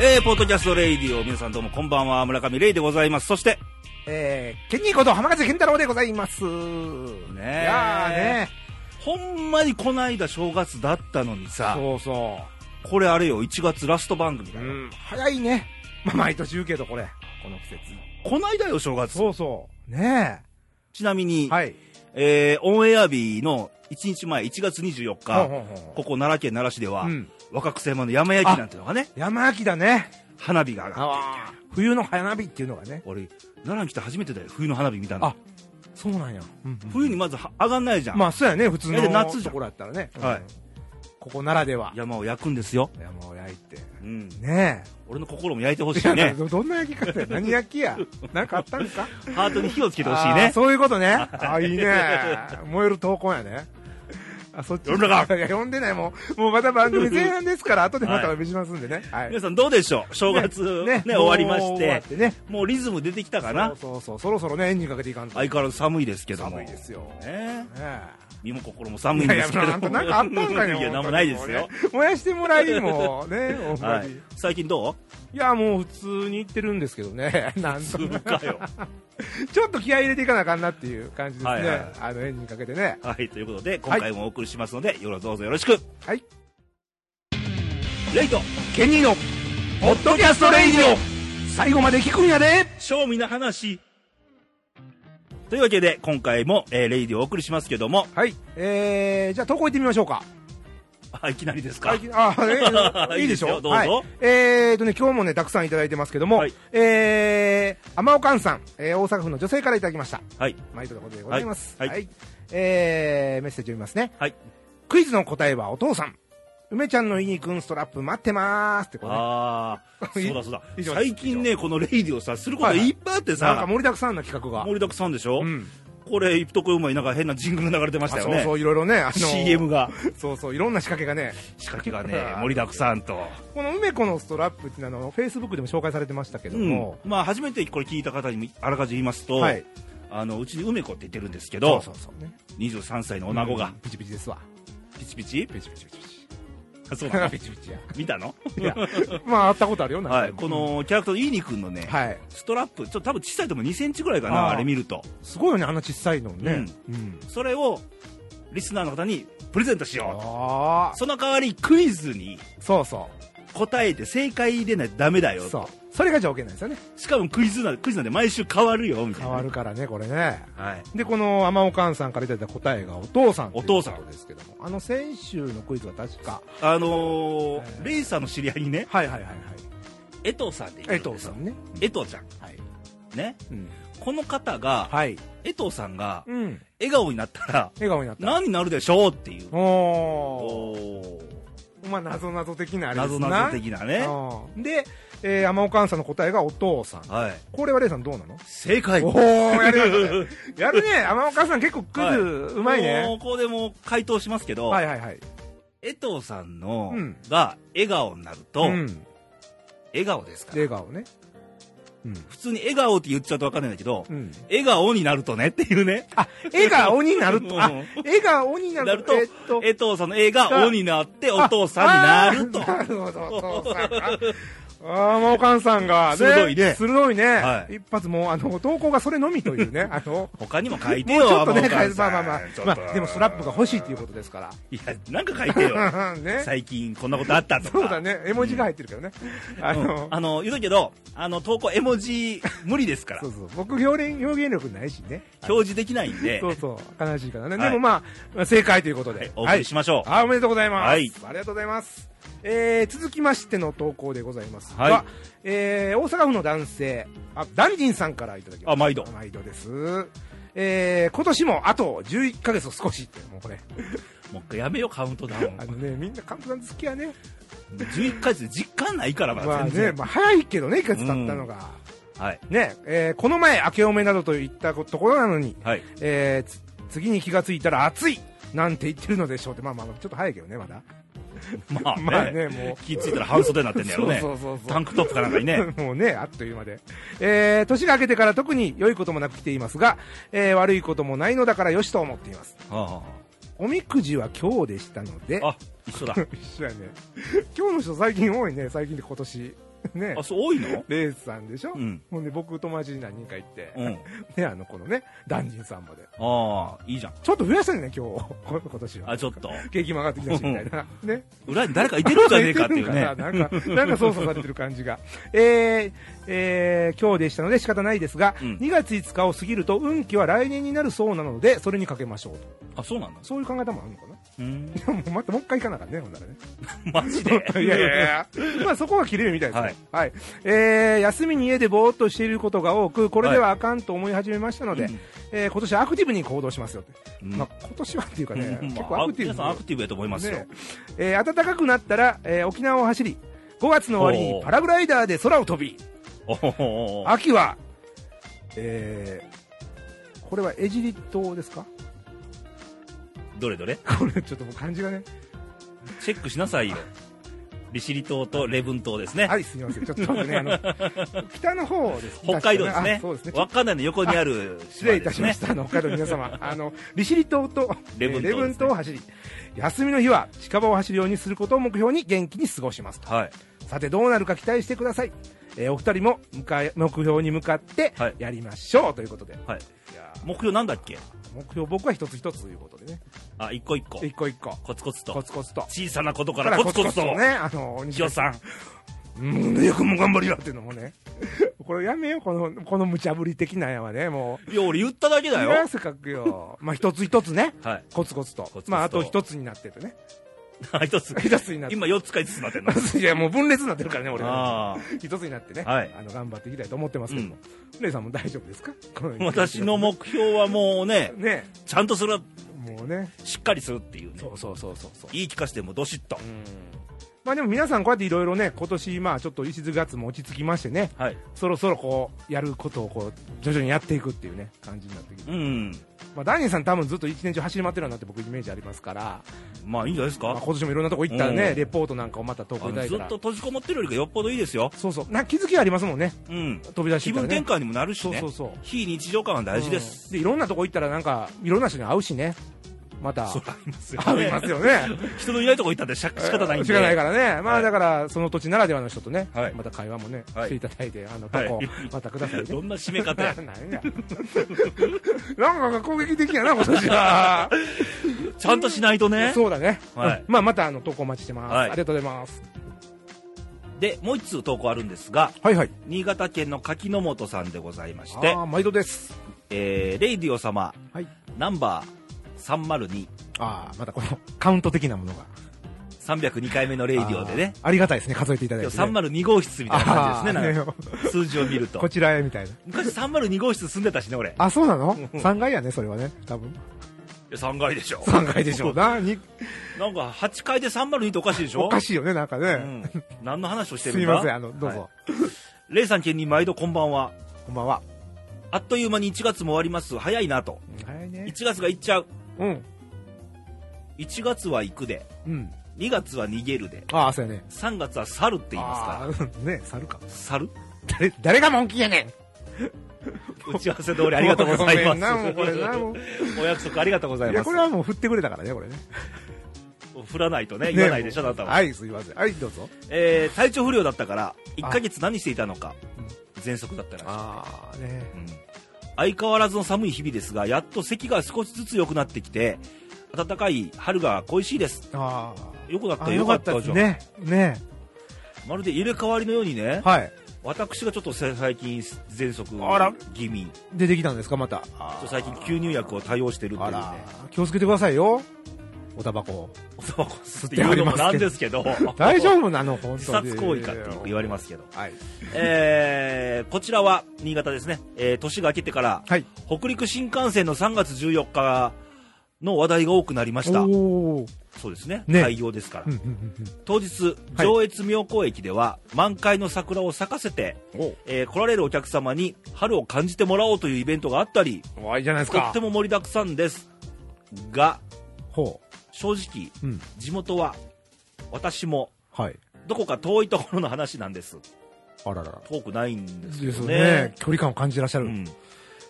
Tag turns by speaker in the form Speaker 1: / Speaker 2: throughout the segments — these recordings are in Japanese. Speaker 1: えー、ポッドキャストレイディオ、皆さんどうもこんばんは、村上レイでございます。そして、
Speaker 2: えー、ケンニーこと浜風健太郎でございます。ね
Speaker 1: え
Speaker 2: いやーね。
Speaker 1: ほんまにこないだ正月だったのにさ、
Speaker 2: そうそ
Speaker 1: これあれよ、1月ラスト番組
Speaker 2: う。
Speaker 1: だ
Speaker 2: う
Speaker 1: よ。
Speaker 2: ん。早いね。まあ、毎年言うけど、これ。この季節。
Speaker 1: こないだよ、正月。
Speaker 2: そうそう。ね
Speaker 1: ちなみ
Speaker 2: え。
Speaker 1: に、
Speaker 2: はい。
Speaker 1: えー、オンエア日の1日前、1月24
Speaker 2: ほ
Speaker 1: 日、
Speaker 2: うほうほう
Speaker 1: ここ奈良県奈良市では、
Speaker 2: うん
Speaker 1: 若草山の山焼きなんてのがね、
Speaker 2: 山焼きだね。
Speaker 1: 花火が上がる。
Speaker 2: 冬の花火っていうのがね。
Speaker 1: 俺、奈良に来て初めてだよ、冬の花火見たの
Speaker 2: あ。そうなんや。うんうん
Speaker 1: 冬にまずは上がんないじゃん。
Speaker 2: まあ、そうやね。普通
Speaker 1: え
Speaker 2: の
Speaker 1: で夏じゃん
Speaker 2: ところだったらね。
Speaker 1: はい
Speaker 2: うん。ここならでは。
Speaker 1: 山を焼くんですよ。
Speaker 2: 山を焼いて。
Speaker 1: うん。
Speaker 2: ね
Speaker 1: 俺の心も焼いてほし
Speaker 2: え。
Speaker 1: いね。
Speaker 2: どどんな焼き方や何焼きや。なんかあったんか
Speaker 1: ハートに火をつけてほしい
Speaker 2: あ
Speaker 1: ね
Speaker 2: ー。そういうことね。 あー、いいね。燃える闘魂やね。あ、そっち。
Speaker 1: 呼んだか
Speaker 2: いや、呼んでない。もう、もうまた番組前半ですから、後でまたお呼びしますんで ね。はい。
Speaker 1: 皆さんどうでしょう正月ね終わりまし
Speaker 2: もう終わ
Speaker 1: て
Speaker 2: っ。てね。
Speaker 1: もうリズム出てきたかな
Speaker 2: そうそうそう。そろそろね、エンジンかけていかんと。
Speaker 1: 相変わらず寒いですけども。
Speaker 2: 寒いですよ。ね
Speaker 1: ね
Speaker 2: え
Speaker 1: 身も心も寒い
Speaker 2: い
Speaker 1: ん
Speaker 2: やい
Speaker 1: で
Speaker 2: や、
Speaker 1: すけど
Speaker 2: なんかなんかあったんかね。
Speaker 1: いや、
Speaker 2: 本当に
Speaker 1: なんもないですよ
Speaker 2: も。うね燃やしてもらい、も うね、ほんま
Speaker 1: は
Speaker 2: に
Speaker 1: い。最近ど
Speaker 2: いや、もう普通に行ってるんですけどね。 なん
Speaker 1: う
Speaker 2: と
Speaker 1: するかよ。
Speaker 2: ちょっと気合い入れていかなあかんなっていう感じです
Speaker 1: はいはい
Speaker 2: ね。あの、エンジンかけてね。
Speaker 1: はい、ということで、今回もお送りしますので、よろどうぞよろしく。
Speaker 2: はい。
Speaker 1: レイト、
Speaker 2: ケニーの
Speaker 1: ポッドキャストレイディオ
Speaker 2: 最後まで聞くんやで
Speaker 1: 賞味な話。というわけで、今回も、えーレイディオをお送りしますけども、
Speaker 2: はい。えー、じゃあ投稿行ってみましょうか。
Speaker 1: あ、いきなりですか
Speaker 2: あ、えーい
Speaker 1: い
Speaker 2: いでし
Speaker 1: いですよど
Speaker 2: ょ
Speaker 1: うぞ
Speaker 2: はいえーとね、今日もね、たくさんいただいてますけども、
Speaker 1: はい
Speaker 2: えー、天岡さん、えー大阪府の女性からいただきました。
Speaker 1: はい。
Speaker 2: 毎度のことでございます。
Speaker 1: はい
Speaker 2: えー、メッセージ読みますね。
Speaker 1: はい。
Speaker 2: クイズの答えはお父さん。梅ちゃんのいにくんストラップ待ってまーすってこれ、ね、
Speaker 1: ああ、
Speaker 2: い
Speaker 1: そうだそうだ。
Speaker 2: 以上です
Speaker 1: 最近ね、このレイディオさ、すること
Speaker 2: はいはい
Speaker 1: いっぱいあって
Speaker 2: なんか
Speaker 1: さ、
Speaker 2: 盛りだくさんな企画が。
Speaker 1: 盛りだくさんでしょ
Speaker 2: うん。
Speaker 1: これ、一徳うまい、なんか変なジングル流れてま
Speaker 2: あ
Speaker 1: したよ
Speaker 2: そう
Speaker 1: ね
Speaker 2: そ。う、いろいろね、 あの
Speaker 1: CM が。
Speaker 2: そうそう、いろんな仕掛けがね、
Speaker 1: 仕掛けが ね、盛りだくさんと。
Speaker 2: この梅子のストラップっていうのは、フェイスブックでも紹介されてましたけど
Speaker 1: うん
Speaker 2: も、。
Speaker 1: まあ、初めてこれ聞いた方にもあらかじめ言いますと
Speaker 2: はい、
Speaker 1: あの、うちに梅子って言ってるんですけ
Speaker 2: そ
Speaker 1: ど
Speaker 2: う、そうそうね。
Speaker 1: 23歳のおなご
Speaker 2: う
Speaker 1: が
Speaker 2: ん、ピチピチですわ。
Speaker 1: ピチピ チ
Speaker 2: ピチピチピチピチ。
Speaker 1: あそうなの
Speaker 2: ピチピチや。
Speaker 1: 見たの
Speaker 2: いや、まあ、会ったことあるよ、なん か
Speaker 1: はい。こ、のキャラクターのイーニ君のね、
Speaker 2: はい。
Speaker 1: ストラップ、ちょっと多分小さいと思う2センチぐらいか
Speaker 2: あ
Speaker 1: な、
Speaker 2: あ
Speaker 1: あれ見ると。
Speaker 2: すごいよね、あんな小さいのね。うん。
Speaker 1: それを、リスナーの方にプレゼントしようと。
Speaker 2: ああ、
Speaker 1: その代わりクイズに
Speaker 2: そうそ
Speaker 1: 答えて正解でないとダメだよ
Speaker 2: う。そう。それが条件なんですよね。
Speaker 1: しかもクイズなんでクイズなんで毎週変わるよみたい
Speaker 2: 変
Speaker 1: な
Speaker 2: わるからね、これね。
Speaker 1: はい
Speaker 2: で、この、天おかんさんからいただいた答えがお父さん。
Speaker 1: お父さん
Speaker 2: ですけども。あの、先週のクイズは確か。
Speaker 1: あのー
Speaker 2: はい
Speaker 1: レイさんの知り合いにね
Speaker 2: はいはいはいはい。
Speaker 1: 江藤さんでいる
Speaker 2: え
Speaker 1: ん
Speaker 2: と
Speaker 1: です
Speaker 2: さ
Speaker 1: よ
Speaker 2: んね。
Speaker 1: 江藤ちゃん
Speaker 2: はい。
Speaker 1: ね
Speaker 2: うん。
Speaker 1: この方が、
Speaker 2: はい。
Speaker 1: 江藤さんが
Speaker 2: うん。
Speaker 1: 笑顔になったら
Speaker 2: 笑顔になった。
Speaker 1: 何になるでしょうっていう
Speaker 2: お
Speaker 1: おー
Speaker 2: ー。まあ、謎謎的なあれで
Speaker 1: 謎
Speaker 2: す
Speaker 1: 々的なね
Speaker 2: うんで、えー、天岡さんの答えがお父さん。
Speaker 1: はい
Speaker 2: これはレイさんどうなの
Speaker 1: 正解
Speaker 2: おー、やるね。やるね。天岡さん結構ク
Speaker 1: は
Speaker 2: ズ
Speaker 1: いう
Speaker 2: まい
Speaker 1: もう
Speaker 2: ね。
Speaker 1: ここでもう回答しますけど、
Speaker 2: はいはいはい。
Speaker 1: 江藤さんの、
Speaker 2: うん
Speaker 1: が笑顔になると、
Speaker 2: うん。
Speaker 1: 笑顔ですから
Speaker 2: 笑顔ね。うん。
Speaker 1: 普通に笑顔って言っちゃうと分かんないんだけど、
Speaker 2: うん。
Speaker 1: 笑顔になるとねっていうね。
Speaker 2: あ、笑顔になる
Speaker 1: う
Speaker 2: と。
Speaker 1: ん
Speaker 2: あ、笑顔にな
Speaker 1: な
Speaker 2: る
Speaker 1: ると
Speaker 2: と。えっと。
Speaker 1: 江藤さんの絵が「お」になってお父さんになると
Speaker 2: あーなるほど、お父さ んが。ああ、もうおかんさんが、
Speaker 1: 鋭いね
Speaker 2: 鋭いね。
Speaker 1: はい
Speaker 2: 一発もう、あの、投稿がそれのみというね。あの、
Speaker 1: 他にも書いて
Speaker 2: も
Speaker 1: よ
Speaker 2: うちょっと
Speaker 1: 天
Speaker 2: ね、変え
Speaker 1: 野
Speaker 2: ま
Speaker 1: さ
Speaker 2: あ
Speaker 1: ん
Speaker 2: まあまあ
Speaker 1: ちょ。っ
Speaker 2: ま
Speaker 1: と
Speaker 2: あ、でもスラップが欲しいっていうことですから。
Speaker 1: いやなんか書いて よ
Speaker 2: ね。
Speaker 1: 最近こんなことあったとか
Speaker 2: そうだね。絵文字が入ってるけどね。あ
Speaker 1: うん
Speaker 2: の、
Speaker 1: あの言うとくけどあの投稿絵文字無理ですから
Speaker 2: そうそう。僕表現、表現力ないしね。
Speaker 1: 表示できないんで
Speaker 2: そうそう。悲しいからね。
Speaker 1: はい
Speaker 2: でもまあ、正解ということ
Speaker 1: はい
Speaker 2: で。
Speaker 1: お送りしましょう
Speaker 2: はいあ、おめでとうございます。
Speaker 1: は
Speaker 2: はいい。ありがとうございます。えー、続きましての投稿でございますが、
Speaker 1: はい
Speaker 2: えー、大阪府の男性、あ、ダンディンさんからいただきました。
Speaker 1: あ毎度
Speaker 2: 毎度です。えー、今年もあと11ヶ月を少しって、もうこれ。
Speaker 1: もう一回やめようカウントダウン
Speaker 2: あのね、みんなカンプさん好きやね。
Speaker 1: 11回で実感ないからま
Speaker 2: ま
Speaker 1: だ
Speaker 2: あ
Speaker 1: 全
Speaker 2: ね、
Speaker 1: 然、
Speaker 2: まあ早いけどね、1ヶ月経ったのが。
Speaker 1: はい
Speaker 2: ね、えー、この前、明けおめなどといったところなのに、
Speaker 1: はい
Speaker 2: えーつ次に気がついたら暑いなんて言ってるのでしょうって、まあまあ、ちょっと早いけどね、まだ。
Speaker 1: まあね,、
Speaker 2: まあねもう
Speaker 1: 気付いたら半袖になってんだよね
Speaker 2: そうそうそうそう
Speaker 1: タンクトップかなんかに ね
Speaker 2: もうね、あっという間で。えー、年が明けてから特に良いこともなく来ていますが、えー、悪いこともないのだからよしと思っています。
Speaker 1: あ
Speaker 2: おみくじは今日でしたので、
Speaker 1: ああ一緒だ
Speaker 2: 一緒やね。今日の人最近多いね、最近で今年。ね
Speaker 1: あ、そう、多いの
Speaker 2: レースさんでしょ、
Speaker 1: うん。
Speaker 2: ほんで僕友達に何人か行って、
Speaker 1: うん。
Speaker 2: ねあのこのねダンジンさんまで
Speaker 1: ああ、いいじゃん。
Speaker 2: ちょっと増やしたね今日 こ今年は
Speaker 1: あ、ちょっと。
Speaker 2: 景気も上がってきたしみ たいなね
Speaker 1: 裏に誰かいてるんじゃねえかって いうね。
Speaker 2: なんか、なんか操作されてる感じが。えー、えー今日でしたので仕方ないですが、
Speaker 1: うん
Speaker 2: 2月5日を過ぎると運気は来年になるそうなので、それにかけましょうと。
Speaker 1: あ、そうなんだ。
Speaker 2: そういう考え方もあるのかな
Speaker 1: うーん。
Speaker 2: いや、もうまたもう一回行かなあかんね、ほんならね。
Speaker 1: マジで。
Speaker 2: いやいやいや。 まあそこは切れるみたいですね。はい。えー、休みに家でぼーっとしていることが多く、これではあかんと思い始めましたので、
Speaker 1: うん
Speaker 2: えー今年はアクティブに行動しますよって。
Speaker 1: うん
Speaker 2: まあ今年はっていうか
Speaker 1: うん
Speaker 2: ね、
Speaker 1: うん
Speaker 2: 結
Speaker 1: ま
Speaker 2: 構
Speaker 1: あ
Speaker 2: アクティブ
Speaker 1: 皆さんアクティブやと思いますよ
Speaker 2: ね。えー暖かくなったら、えー沖縄を走り5月の終わりにパラグライダーで空を飛び
Speaker 1: おほほほ
Speaker 2: 秋は、えーこれはエジリ島ですか
Speaker 1: どれどれ
Speaker 2: これちょっともう漢字がね
Speaker 1: チェックしなさいよ。利尻島とレブン島ですね。
Speaker 2: はいすみませんちょっと僕ねあの 北の方です
Speaker 1: 北海道です
Speaker 2: あ
Speaker 1: ね
Speaker 2: そうですね。ちょっと
Speaker 1: 稚内の横にある
Speaker 2: 失
Speaker 1: 島
Speaker 2: 礼い
Speaker 1: で
Speaker 2: た
Speaker 1: す
Speaker 2: しま
Speaker 1: ね
Speaker 2: し。た、あの北海道の皆様あの利尻島と
Speaker 1: 礼文島ですね
Speaker 2: えー礼文島を走り休みの日は近場を走るようにすることを目標に元気に過ごしますと
Speaker 1: はい。
Speaker 2: さてどうなるか期待してください、えーお二人も向かい目標に向かって
Speaker 1: はい
Speaker 2: やりましょうということで、
Speaker 1: はい。
Speaker 2: いやー
Speaker 1: 目標なんだっけ
Speaker 2: 目標僕は一つ一つということでね
Speaker 1: あ、一個一個。
Speaker 2: 一個一個
Speaker 1: コツコツ
Speaker 2: コ
Speaker 1: と。
Speaker 2: ツコツと
Speaker 1: 小さなことからコツコツと。
Speaker 2: ねあの
Speaker 1: ジオさん。
Speaker 2: うんよ くも頑張るよっていうのもね これやめようこのこの無茶ぶり的なんやはねもう
Speaker 1: いや、俺言っただけだ
Speaker 2: いや
Speaker 1: よ。
Speaker 2: 汗かくよまあ一つ一つね
Speaker 1: はい。
Speaker 2: コツコツと
Speaker 1: ツコツと
Speaker 2: まああと一つになってるね
Speaker 1: あ一つ。
Speaker 2: 一つになって
Speaker 1: 今四つか5つになってんの。
Speaker 2: いやもう分裂になってるからね俺は
Speaker 1: あ
Speaker 2: 一つになってね、
Speaker 1: はい
Speaker 2: あの頑張っていきたいと思ってますけども、レイさんも大丈夫ですかこ
Speaker 1: あ。私の目標はもうね、
Speaker 2: ね
Speaker 1: ちゃんとする、
Speaker 2: もうね
Speaker 1: しっかりするっていうね。
Speaker 2: うそうそうそうそう
Speaker 1: 言い聞かせてもどしっと。
Speaker 2: まあでも皆さんこうやっていろいろね今年まあちょっと石津月も落ち着きましてね
Speaker 1: はい。
Speaker 2: そろそろこうやることをこう徐々にやっていくっていうね感じになってきて、
Speaker 1: うん。
Speaker 2: まあ、ダニエルさん多分ずっと一年中走り回ってるようなって僕イメージありますから、
Speaker 1: まあいいんじゃないです
Speaker 2: まあ、
Speaker 1: か。
Speaker 2: 今年もいろんなとこ行ったらね、
Speaker 1: うん
Speaker 2: レポートなんかをまた投
Speaker 1: あ
Speaker 2: 稿い
Speaker 1: の
Speaker 2: ただい
Speaker 1: ずっ
Speaker 2: たら
Speaker 1: と閉じこもってるよりかよっぽどいいですよ。
Speaker 2: そうそうなんか気づきありますもんね
Speaker 1: うん。
Speaker 2: 飛び出し
Speaker 1: 気
Speaker 2: ていった
Speaker 1: 分
Speaker 2: ら、
Speaker 1: 転
Speaker 2: ね、
Speaker 1: 換にもなるし
Speaker 2: そう
Speaker 1: ね
Speaker 2: そう。そう
Speaker 1: 非日常感は大事です。
Speaker 2: うんでいろんなとこ行ったらなんかいろんな人に会うしねまた
Speaker 1: そりゃいますよ、
Speaker 2: 会いますよね
Speaker 1: 人のいないとこ行ったんでしゃ 仕方ないんで。
Speaker 2: 仕方ないからね、ま
Speaker 1: は
Speaker 2: あ
Speaker 1: い
Speaker 2: だから、その土地ならではの人とね、
Speaker 1: はい
Speaker 2: また会話もね、
Speaker 1: はい
Speaker 2: していただいて、あの、
Speaker 1: はい
Speaker 2: 投稿、またください ね。。
Speaker 1: どんな締め方や
Speaker 2: なんや。なんか攻撃的やな、今年は。
Speaker 1: ちゃんとしないと ね。
Speaker 2: そうだね。
Speaker 1: はい
Speaker 2: うんまあまた、あの、投稿お待ちしてます。
Speaker 1: は
Speaker 2: あ
Speaker 1: い
Speaker 2: りがとうございます。
Speaker 1: で、もう一通投稿あるんですが、
Speaker 2: はいはい。
Speaker 1: 新潟県の柿の本さんでございまして、
Speaker 2: ああ、毎度です。
Speaker 1: えー、レイディオ様、
Speaker 2: はい。
Speaker 1: ナンバー
Speaker 2: ああ、またこの、カウント的なものが。
Speaker 1: 302、302回目のレイディオでね、
Speaker 2: あー。ありがたいですね、数えていただいてね。
Speaker 1: 302号室みたいな感じですね、なんか
Speaker 2: あー
Speaker 1: 数字を見ると
Speaker 2: こ。ちらへ、みたいな。
Speaker 1: 昔302号室住んでたしね、俺。
Speaker 2: あ、そう なの ?3 階やね、それはね。多分。
Speaker 1: 3階でしょ。
Speaker 2: 3階でしょうな。に
Speaker 1: なんか8階で302っておかしいでしょ
Speaker 2: おかしいよね、なんか
Speaker 1: う
Speaker 2: ね。
Speaker 1: ん。何の話をしてる
Speaker 2: す
Speaker 1: んだ
Speaker 2: みません、あの、どう
Speaker 1: は
Speaker 2: ぞ。
Speaker 1: いレイさん県に毎度こんばんは。
Speaker 2: こんばんは。
Speaker 1: あっという間に1月も終わります。早いなと。
Speaker 2: 早いね。
Speaker 1: 1月が行っちゃう。
Speaker 2: うん。
Speaker 1: 1月は行くで、
Speaker 2: うん。
Speaker 1: 2月は逃げるで、
Speaker 2: ああ、そうやね。
Speaker 1: 3月は去るって言いますから。
Speaker 2: あー ね、猿か。
Speaker 1: 猿
Speaker 2: 誰、誰がモンキーやねん
Speaker 1: 打ち合わせ通りありがとうござい
Speaker 2: ご
Speaker 1: ま
Speaker 2: めんなもう
Speaker 1: す。
Speaker 2: これなもう
Speaker 1: お約束ありがとうござい
Speaker 2: いや、
Speaker 1: ま
Speaker 2: これはもう振ってくれたからね、これね。
Speaker 1: す。振らないとね、言わないでしょ、あ
Speaker 2: ね
Speaker 1: なたは。
Speaker 2: はい、すいません。はい、どうぞ。
Speaker 1: えー体調不良だったから、1ヶ月何していたのか、喘息だったらしい。
Speaker 2: ああ、ね。
Speaker 1: うん相変わらずの寒い日々ですが、やっと咳が少しずつ良くなってきて、暖かい春が恋しいです。
Speaker 2: あ
Speaker 1: 良くなった
Speaker 2: あ。
Speaker 1: よ、良かったじゃん。
Speaker 2: ね。ね。
Speaker 1: まるで入れ替わりのようにね、
Speaker 2: はい。
Speaker 1: 私がちょっとせ最近喘息
Speaker 2: あら
Speaker 1: 気味
Speaker 2: 出てきたんですか、また。
Speaker 1: ちょっと最近吸入薬を多用してるってい
Speaker 2: あ
Speaker 1: うね
Speaker 2: ら、気をつけてくださいよ。おタバコ。
Speaker 1: おタバコ吸っていうのもなんですけど
Speaker 2: 大丈夫なの、本当に。
Speaker 1: 自殺行為かってよく言われますけど、
Speaker 2: はい。
Speaker 1: えーこちらは新潟ですね、えー年が明けてから
Speaker 2: はい。
Speaker 1: 北陸新幹線の3月14日の話題が多くなりました
Speaker 2: おー。
Speaker 1: そうですね
Speaker 2: ね
Speaker 1: 開業ですから、
Speaker 2: うんうんうん
Speaker 1: 当日
Speaker 2: はい
Speaker 1: 上越妙高駅では満開の桜を咲かせて、
Speaker 2: うん。
Speaker 1: えー来られるお客様に春を感じてもらおうというイベントがあったり
Speaker 2: おー、いいじゃないです
Speaker 1: とっ
Speaker 2: か
Speaker 1: て。も盛りだくさんですが
Speaker 2: ほ
Speaker 1: 正直
Speaker 2: う。うん。
Speaker 1: 地元は私も
Speaker 2: はい。
Speaker 1: どこか遠いところの話なんです
Speaker 2: あららら。
Speaker 1: 遠くないんですけ
Speaker 2: で
Speaker 1: ど
Speaker 2: す
Speaker 1: ね
Speaker 2: ね。距離感を感じてらっしゃ
Speaker 1: う
Speaker 2: る。
Speaker 1: ん、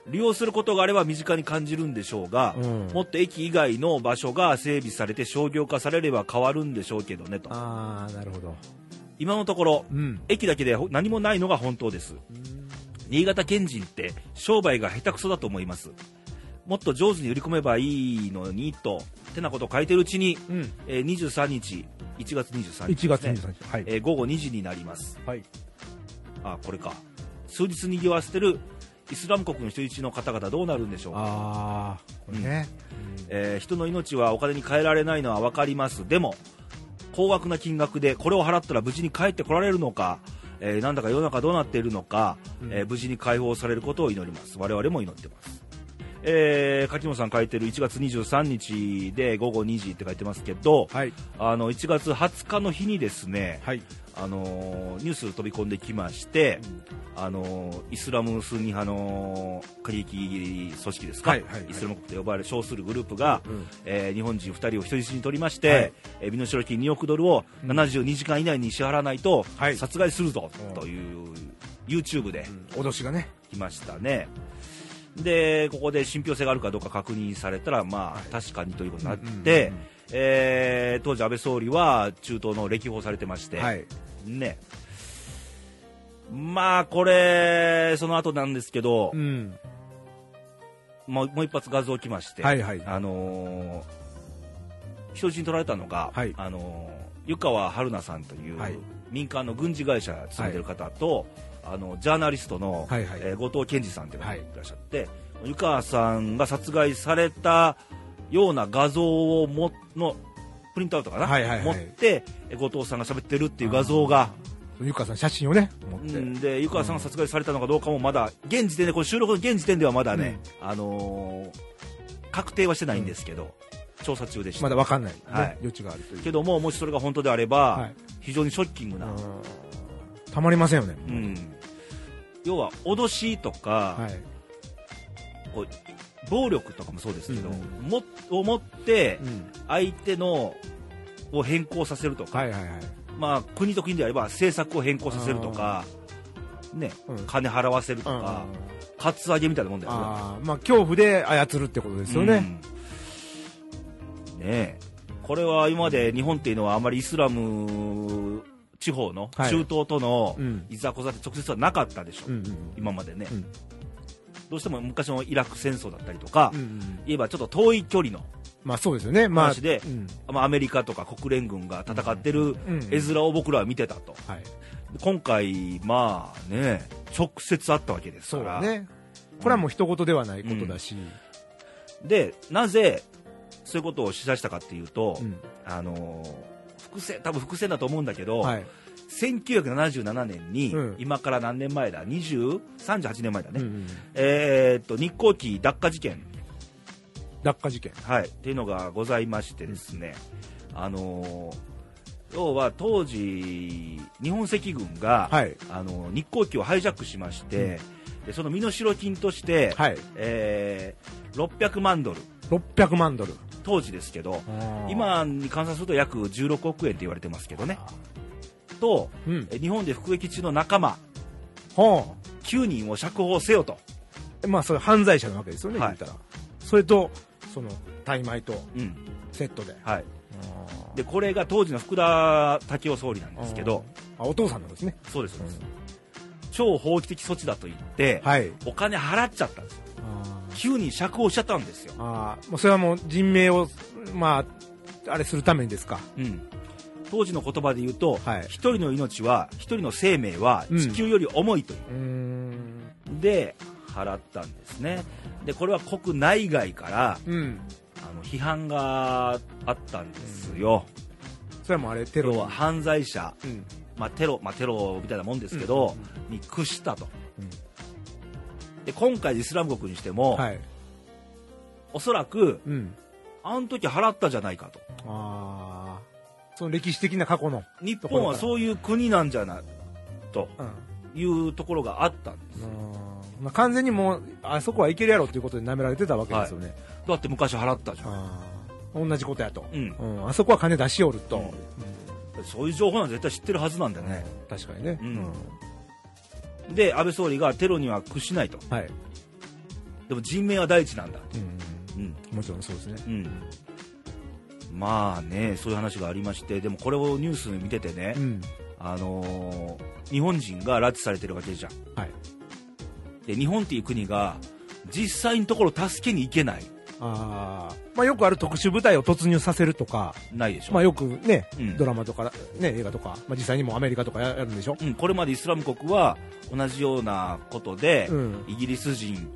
Speaker 1: 利用することがあれば身近に感じるんでしょうが、
Speaker 2: うん
Speaker 1: もっと駅以外の場所が整備されて商業化されれば変わるんでしょうけどねと
Speaker 2: ああなるほど
Speaker 1: 今のところ、
Speaker 2: うん。
Speaker 1: 駅だけで何もないのが本当です新潟県人って商売が下手くそだと思いますもっと上手に売り込めばいいのにとてなことを書いてるうちに、
Speaker 2: うん。
Speaker 1: えー23日1月23日
Speaker 2: 1月
Speaker 1: ですね
Speaker 2: 23日。はい。
Speaker 1: えー午後2時になります
Speaker 2: はい。
Speaker 1: あこれか数日にぎわせてるイスラム国の人質の方々どうなるんでしょうか
Speaker 2: あー、これね。
Speaker 1: えー人の命はお金に換えられないのは分かりますでも高額な金額でこれを払ったら無事に帰ってこられるのか、えーなんだか世の中どうなっているのか、
Speaker 2: うん
Speaker 1: えー無事に解放されることを祈ります我々も祈ってます、えー柿本さん書いてる1月23日で午後2時って書いてますけど
Speaker 2: はい。
Speaker 1: あの1月20日の日にですね、
Speaker 2: はい。
Speaker 1: あのーニュース飛び込んできまして、あのーイスラムスンニ派の過激組織ですか、
Speaker 2: はいはいはい
Speaker 1: イスラム国と呼ばれる称するグループが、
Speaker 2: うん
Speaker 1: えー日本人2人を人質に取りまして、
Speaker 2: はい
Speaker 1: えー身代金2億ドルを
Speaker 2: うん
Speaker 1: 72時間以内に支払わないと
Speaker 2: はい
Speaker 1: 殺害するぞ、
Speaker 2: うん
Speaker 1: という YouTube で
Speaker 2: 脅しがね。
Speaker 1: 来ましたね。でここで信憑性があるかどうか確認されたら、まあ確かにということになって、
Speaker 2: うんうんうん
Speaker 1: えー当時、安倍総理は中東の歴訪されてまして、
Speaker 2: はい。
Speaker 1: ねまあこれその後なんですけど、
Speaker 2: うん。
Speaker 1: もうもう一発画像来まして、
Speaker 2: はいはい。
Speaker 1: あのー人質に取られたのが、
Speaker 2: はい
Speaker 1: あのー湯川春菜さんという
Speaker 2: はい
Speaker 1: 民間の軍事会社勤めてる方と、あのジャーナリストの、
Speaker 2: はいはい
Speaker 1: えー後藤健二さんって方が
Speaker 2: はい
Speaker 1: いらっしゃって、湯川さんが殺害されたような画像をものプリントアウトかな、
Speaker 2: はいはいはい
Speaker 1: 持ってえー後藤さんが喋ってるっていう画像が。
Speaker 2: ゆかさん、写真をね、持っ
Speaker 1: う
Speaker 2: て。
Speaker 1: ん、で湯川さんが殺害されたのかどうかもまだ現時点でこの収録の現時点ではまだね、あのー確定はしてないんですけど、調査中でした、
Speaker 2: まだわかんない、ね
Speaker 1: はい
Speaker 2: 余地があるという。
Speaker 1: けどももしそれが本当であれば、
Speaker 2: はい
Speaker 1: 非常にショッキングな、
Speaker 2: うんたまりませんよね。
Speaker 1: うん要は脅しとか、
Speaker 2: はい。
Speaker 1: こう暴力とかもそうですけど、
Speaker 2: うん
Speaker 1: もを持って
Speaker 2: うん。
Speaker 1: 相手のを変更させるとか、
Speaker 2: はいはいはい。
Speaker 1: まあ、国と国であれば政策を変更させるとか、ね
Speaker 2: うん
Speaker 1: 金払わせると
Speaker 2: うん
Speaker 1: か、カツアゲみたいなもんだよね。
Speaker 2: あーまあ、恐怖で操るってことですよね。
Speaker 1: うん。ねえこれは今まで日本っていうのはあまりイスラム地方の
Speaker 2: はい
Speaker 1: 中東との
Speaker 2: うん
Speaker 1: いざこざって直接はなかったでしょ、
Speaker 2: うん。
Speaker 1: 今までね、
Speaker 2: うん
Speaker 1: どうしても昔のイラク戦争だったりとか、
Speaker 2: うんうん
Speaker 1: いえばちょっと遠い距離の、
Speaker 2: まあ、そうですよね。まあ、
Speaker 1: 話で
Speaker 2: うん
Speaker 1: まあ、アメリカとか国連軍が戦ってる
Speaker 2: うん
Speaker 1: 絵面を僕らは見てたと、
Speaker 2: はい。
Speaker 1: 今回、まあね、直接会ったわけです
Speaker 2: そう
Speaker 1: か
Speaker 2: だ
Speaker 1: ら、
Speaker 2: ね。これはもう一言ではないことだし。
Speaker 1: でなぜそういうことを示唆したかっていうと、
Speaker 2: うん
Speaker 1: あのー伏線多分伏線だと思うんだけど、
Speaker 2: はい。
Speaker 1: 1977年に、
Speaker 2: うん
Speaker 1: 今から何年前だ20 38年前だね、
Speaker 2: うんうん
Speaker 1: えーっと日航機奪下事件、
Speaker 2: 落下事件。
Speaker 1: はい、っていうのがございましてですね、あのー要は当時日本赤軍が、
Speaker 2: はい。
Speaker 1: あのー日航機をハイジャックしまして、でその身代金として、
Speaker 2: はい。
Speaker 1: えー600万ドル
Speaker 2: 600万ドル。
Speaker 1: 当時ですけど、今に換算すると約16億円って言われてますけどね、と、
Speaker 2: うん。
Speaker 1: え日本で服役中の仲間
Speaker 2: ほ
Speaker 1: 9人を釈放せよと、
Speaker 2: う。まあ、それ犯罪者なわけですよね、
Speaker 1: はい
Speaker 2: 言ったら。それと、その、大米と
Speaker 1: うん
Speaker 2: セットで。
Speaker 1: はい、
Speaker 2: あー
Speaker 1: でこれが当時の福田赳夫総理なんですけど、
Speaker 2: あ、お父さんのですね。
Speaker 1: そうですそうです、超法規的措置だと言って、
Speaker 2: はい。
Speaker 1: お金払っちゃったんですよ、
Speaker 2: あ
Speaker 1: 9人釈放しちゃったんですよ、
Speaker 2: あー、もうそれはもう人命を、まあ、あれするためにですか。
Speaker 1: うん、当時の言葉で言うと、
Speaker 2: はい
Speaker 1: 1人の命は、1人の生命は
Speaker 2: うん
Speaker 1: 地球より重いという
Speaker 2: ーん。
Speaker 1: で払ったんですねでこれは国内外から
Speaker 2: うん。
Speaker 1: あの批判があったんですよ、
Speaker 2: それはもうあれ、テロ
Speaker 1: 要は。犯罪者、
Speaker 2: うん。
Speaker 1: まあ、テロ、まあ、テロみたいなもんですけど、に屈したと、で今回イスラム国にしても、
Speaker 2: はい。
Speaker 1: おそらく
Speaker 2: うん。
Speaker 1: あの時払ったじゃないかと
Speaker 2: ああ。その歴史的な過去の。
Speaker 1: 日本はそういう国なんじゃないと
Speaker 2: うん。あ
Speaker 1: いうところがあったんです
Speaker 2: ーまあ、完全にもう、あそこはいけるやろということで舐められてたわけですよね。
Speaker 1: だって昔払ったじゃん、
Speaker 2: あー同じことやと。
Speaker 1: うん
Speaker 2: うん。あそこは金出しおると。
Speaker 1: うん
Speaker 2: うん
Speaker 1: そういう情報なんて絶対知ってるはずなんだよね、
Speaker 2: 確かにね。
Speaker 1: うんで安倍総理がテロには屈しないと
Speaker 2: はい。
Speaker 1: でも人命は第一なんだ、
Speaker 2: うん。
Speaker 1: うん
Speaker 2: もちろんそうですね。
Speaker 1: うん、まあねそういう話がありましてでもこれをニュース見ててね、
Speaker 2: うん。
Speaker 1: あのー日本人が拉致されてるわけじゃん
Speaker 2: はい。
Speaker 1: で日本っていう国が実際のところ助けに行けない
Speaker 2: ああ。まあよくある特殊部隊を突入させるとか、
Speaker 1: ないでしょ、
Speaker 2: まあよくね、
Speaker 1: うん
Speaker 2: ドラマとか、ね、映画とか、まあ実際にもうアメリカとかやるんでしょ
Speaker 1: うん、これまでイスラム国は同じようなことで、
Speaker 2: うん
Speaker 1: イギリス人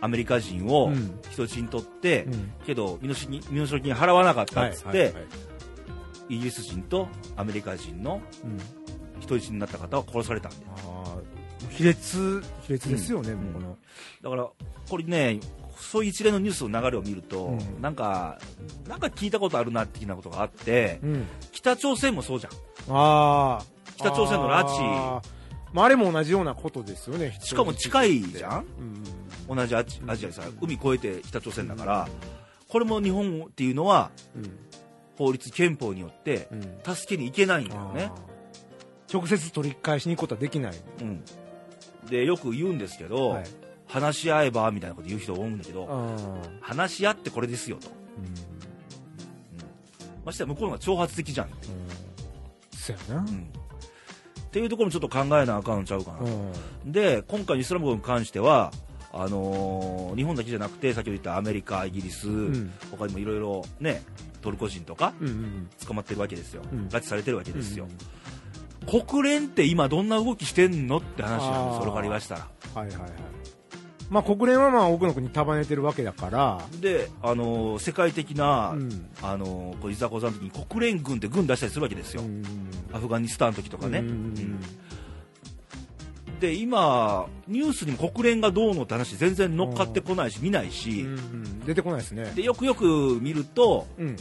Speaker 1: アメリカ人を
Speaker 2: うん
Speaker 1: 人質に取って、
Speaker 2: うん
Speaker 1: けど身代金身代金払わなかったっつって、
Speaker 2: はいはいはい
Speaker 1: イギリス人とアメリカ人の
Speaker 2: うん
Speaker 1: 人質になった方は殺されたんだよ
Speaker 2: ああ、卑劣、卑劣ですよね、
Speaker 1: うん
Speaker 2: もうこの。
Speaker 1: だからこれねそういう一連のニュースの流れを見ると、
Speaker 2: うん
Speaker 1: なんかなんか聞いたことあるな的なことがあって、
Speaker 2: うん。
Speaker 1: 北朝鮮もそうじゃん
Speaker 2: ああ。
Speaker 1: 北朝鮮の拉致
Speaker 2: あー。まああれも同じようなことですよね。
Speaker 1: しかも近いじゃん
Speaker 2: うん。
Speaker 1: 同じアジアジアでさ海越えて北朝鮮だから、これも日本っていうのは
Speaker 2: うん。
Speaker 1: 法律憲法によって
Speaker 2: うん。
Speaker 1: 助けに行けないんだよね
Speaker 2: あ、ー直接取り返しに行くことはできない。
Speaker 1: うん、でよく言うんですけど、
Speaker 2: はい。
Speaker 1: 話し合えばみたいなこと言う人多いんだけど
Speaker 2: あ
Speaker 1: 話し合ってこれですよと、
Speaker 2: ーうん。
Speaker 1: ましてや向こうの方が挑発的じゃん、
Speaker 2: うんそうやな
Speaker 1: う。ん、っていうところもちょっと考えなあかんのちゃうかな
Speaker 2: う
Speaker 1: と、
Speaker 2: ん。
Speaker 1: で今回のイスラム国に関してはあのー日本だけじゃなくて先ほど言ったアメリカイギリス、
Speaker 2: ん
Speaker 1: 他にもいろいろねトルコ人とか
Speaker 2: うんうん。
Speaker 1: 捕まってるわけですよ、
Speaker 2: うん
Speaker 1: 拉致されてるわけですよ、国連って今どんな動きしてんのって話なんで
Speaker 2: あ
Speaker 1: す
Speaker 2: ー
Speaker 1: それから言わしたら
Speaker 2: はいはいはい。まあ国連はまあ多くの国束ねてるわけだから、
Speaker 1: で、あのー世界的な、
Speaker 2: うん
Speaker 1: あのーこういざこざの時に国連軍って軍出したりするわけですよ、
Speaker 2: うん
Speaker 1: アフガニスタンの時とかね、
Speaker 2: うん
Speaker 1: うんで今ニュースにも国連がどうのって話全然乗っかってこないし見ない
Speaker 2: うん
Speaker 1: し、
Speaker 2: うん出てこないですね。
Speaker 1: でよくよく見ると
Speaker 2: うん。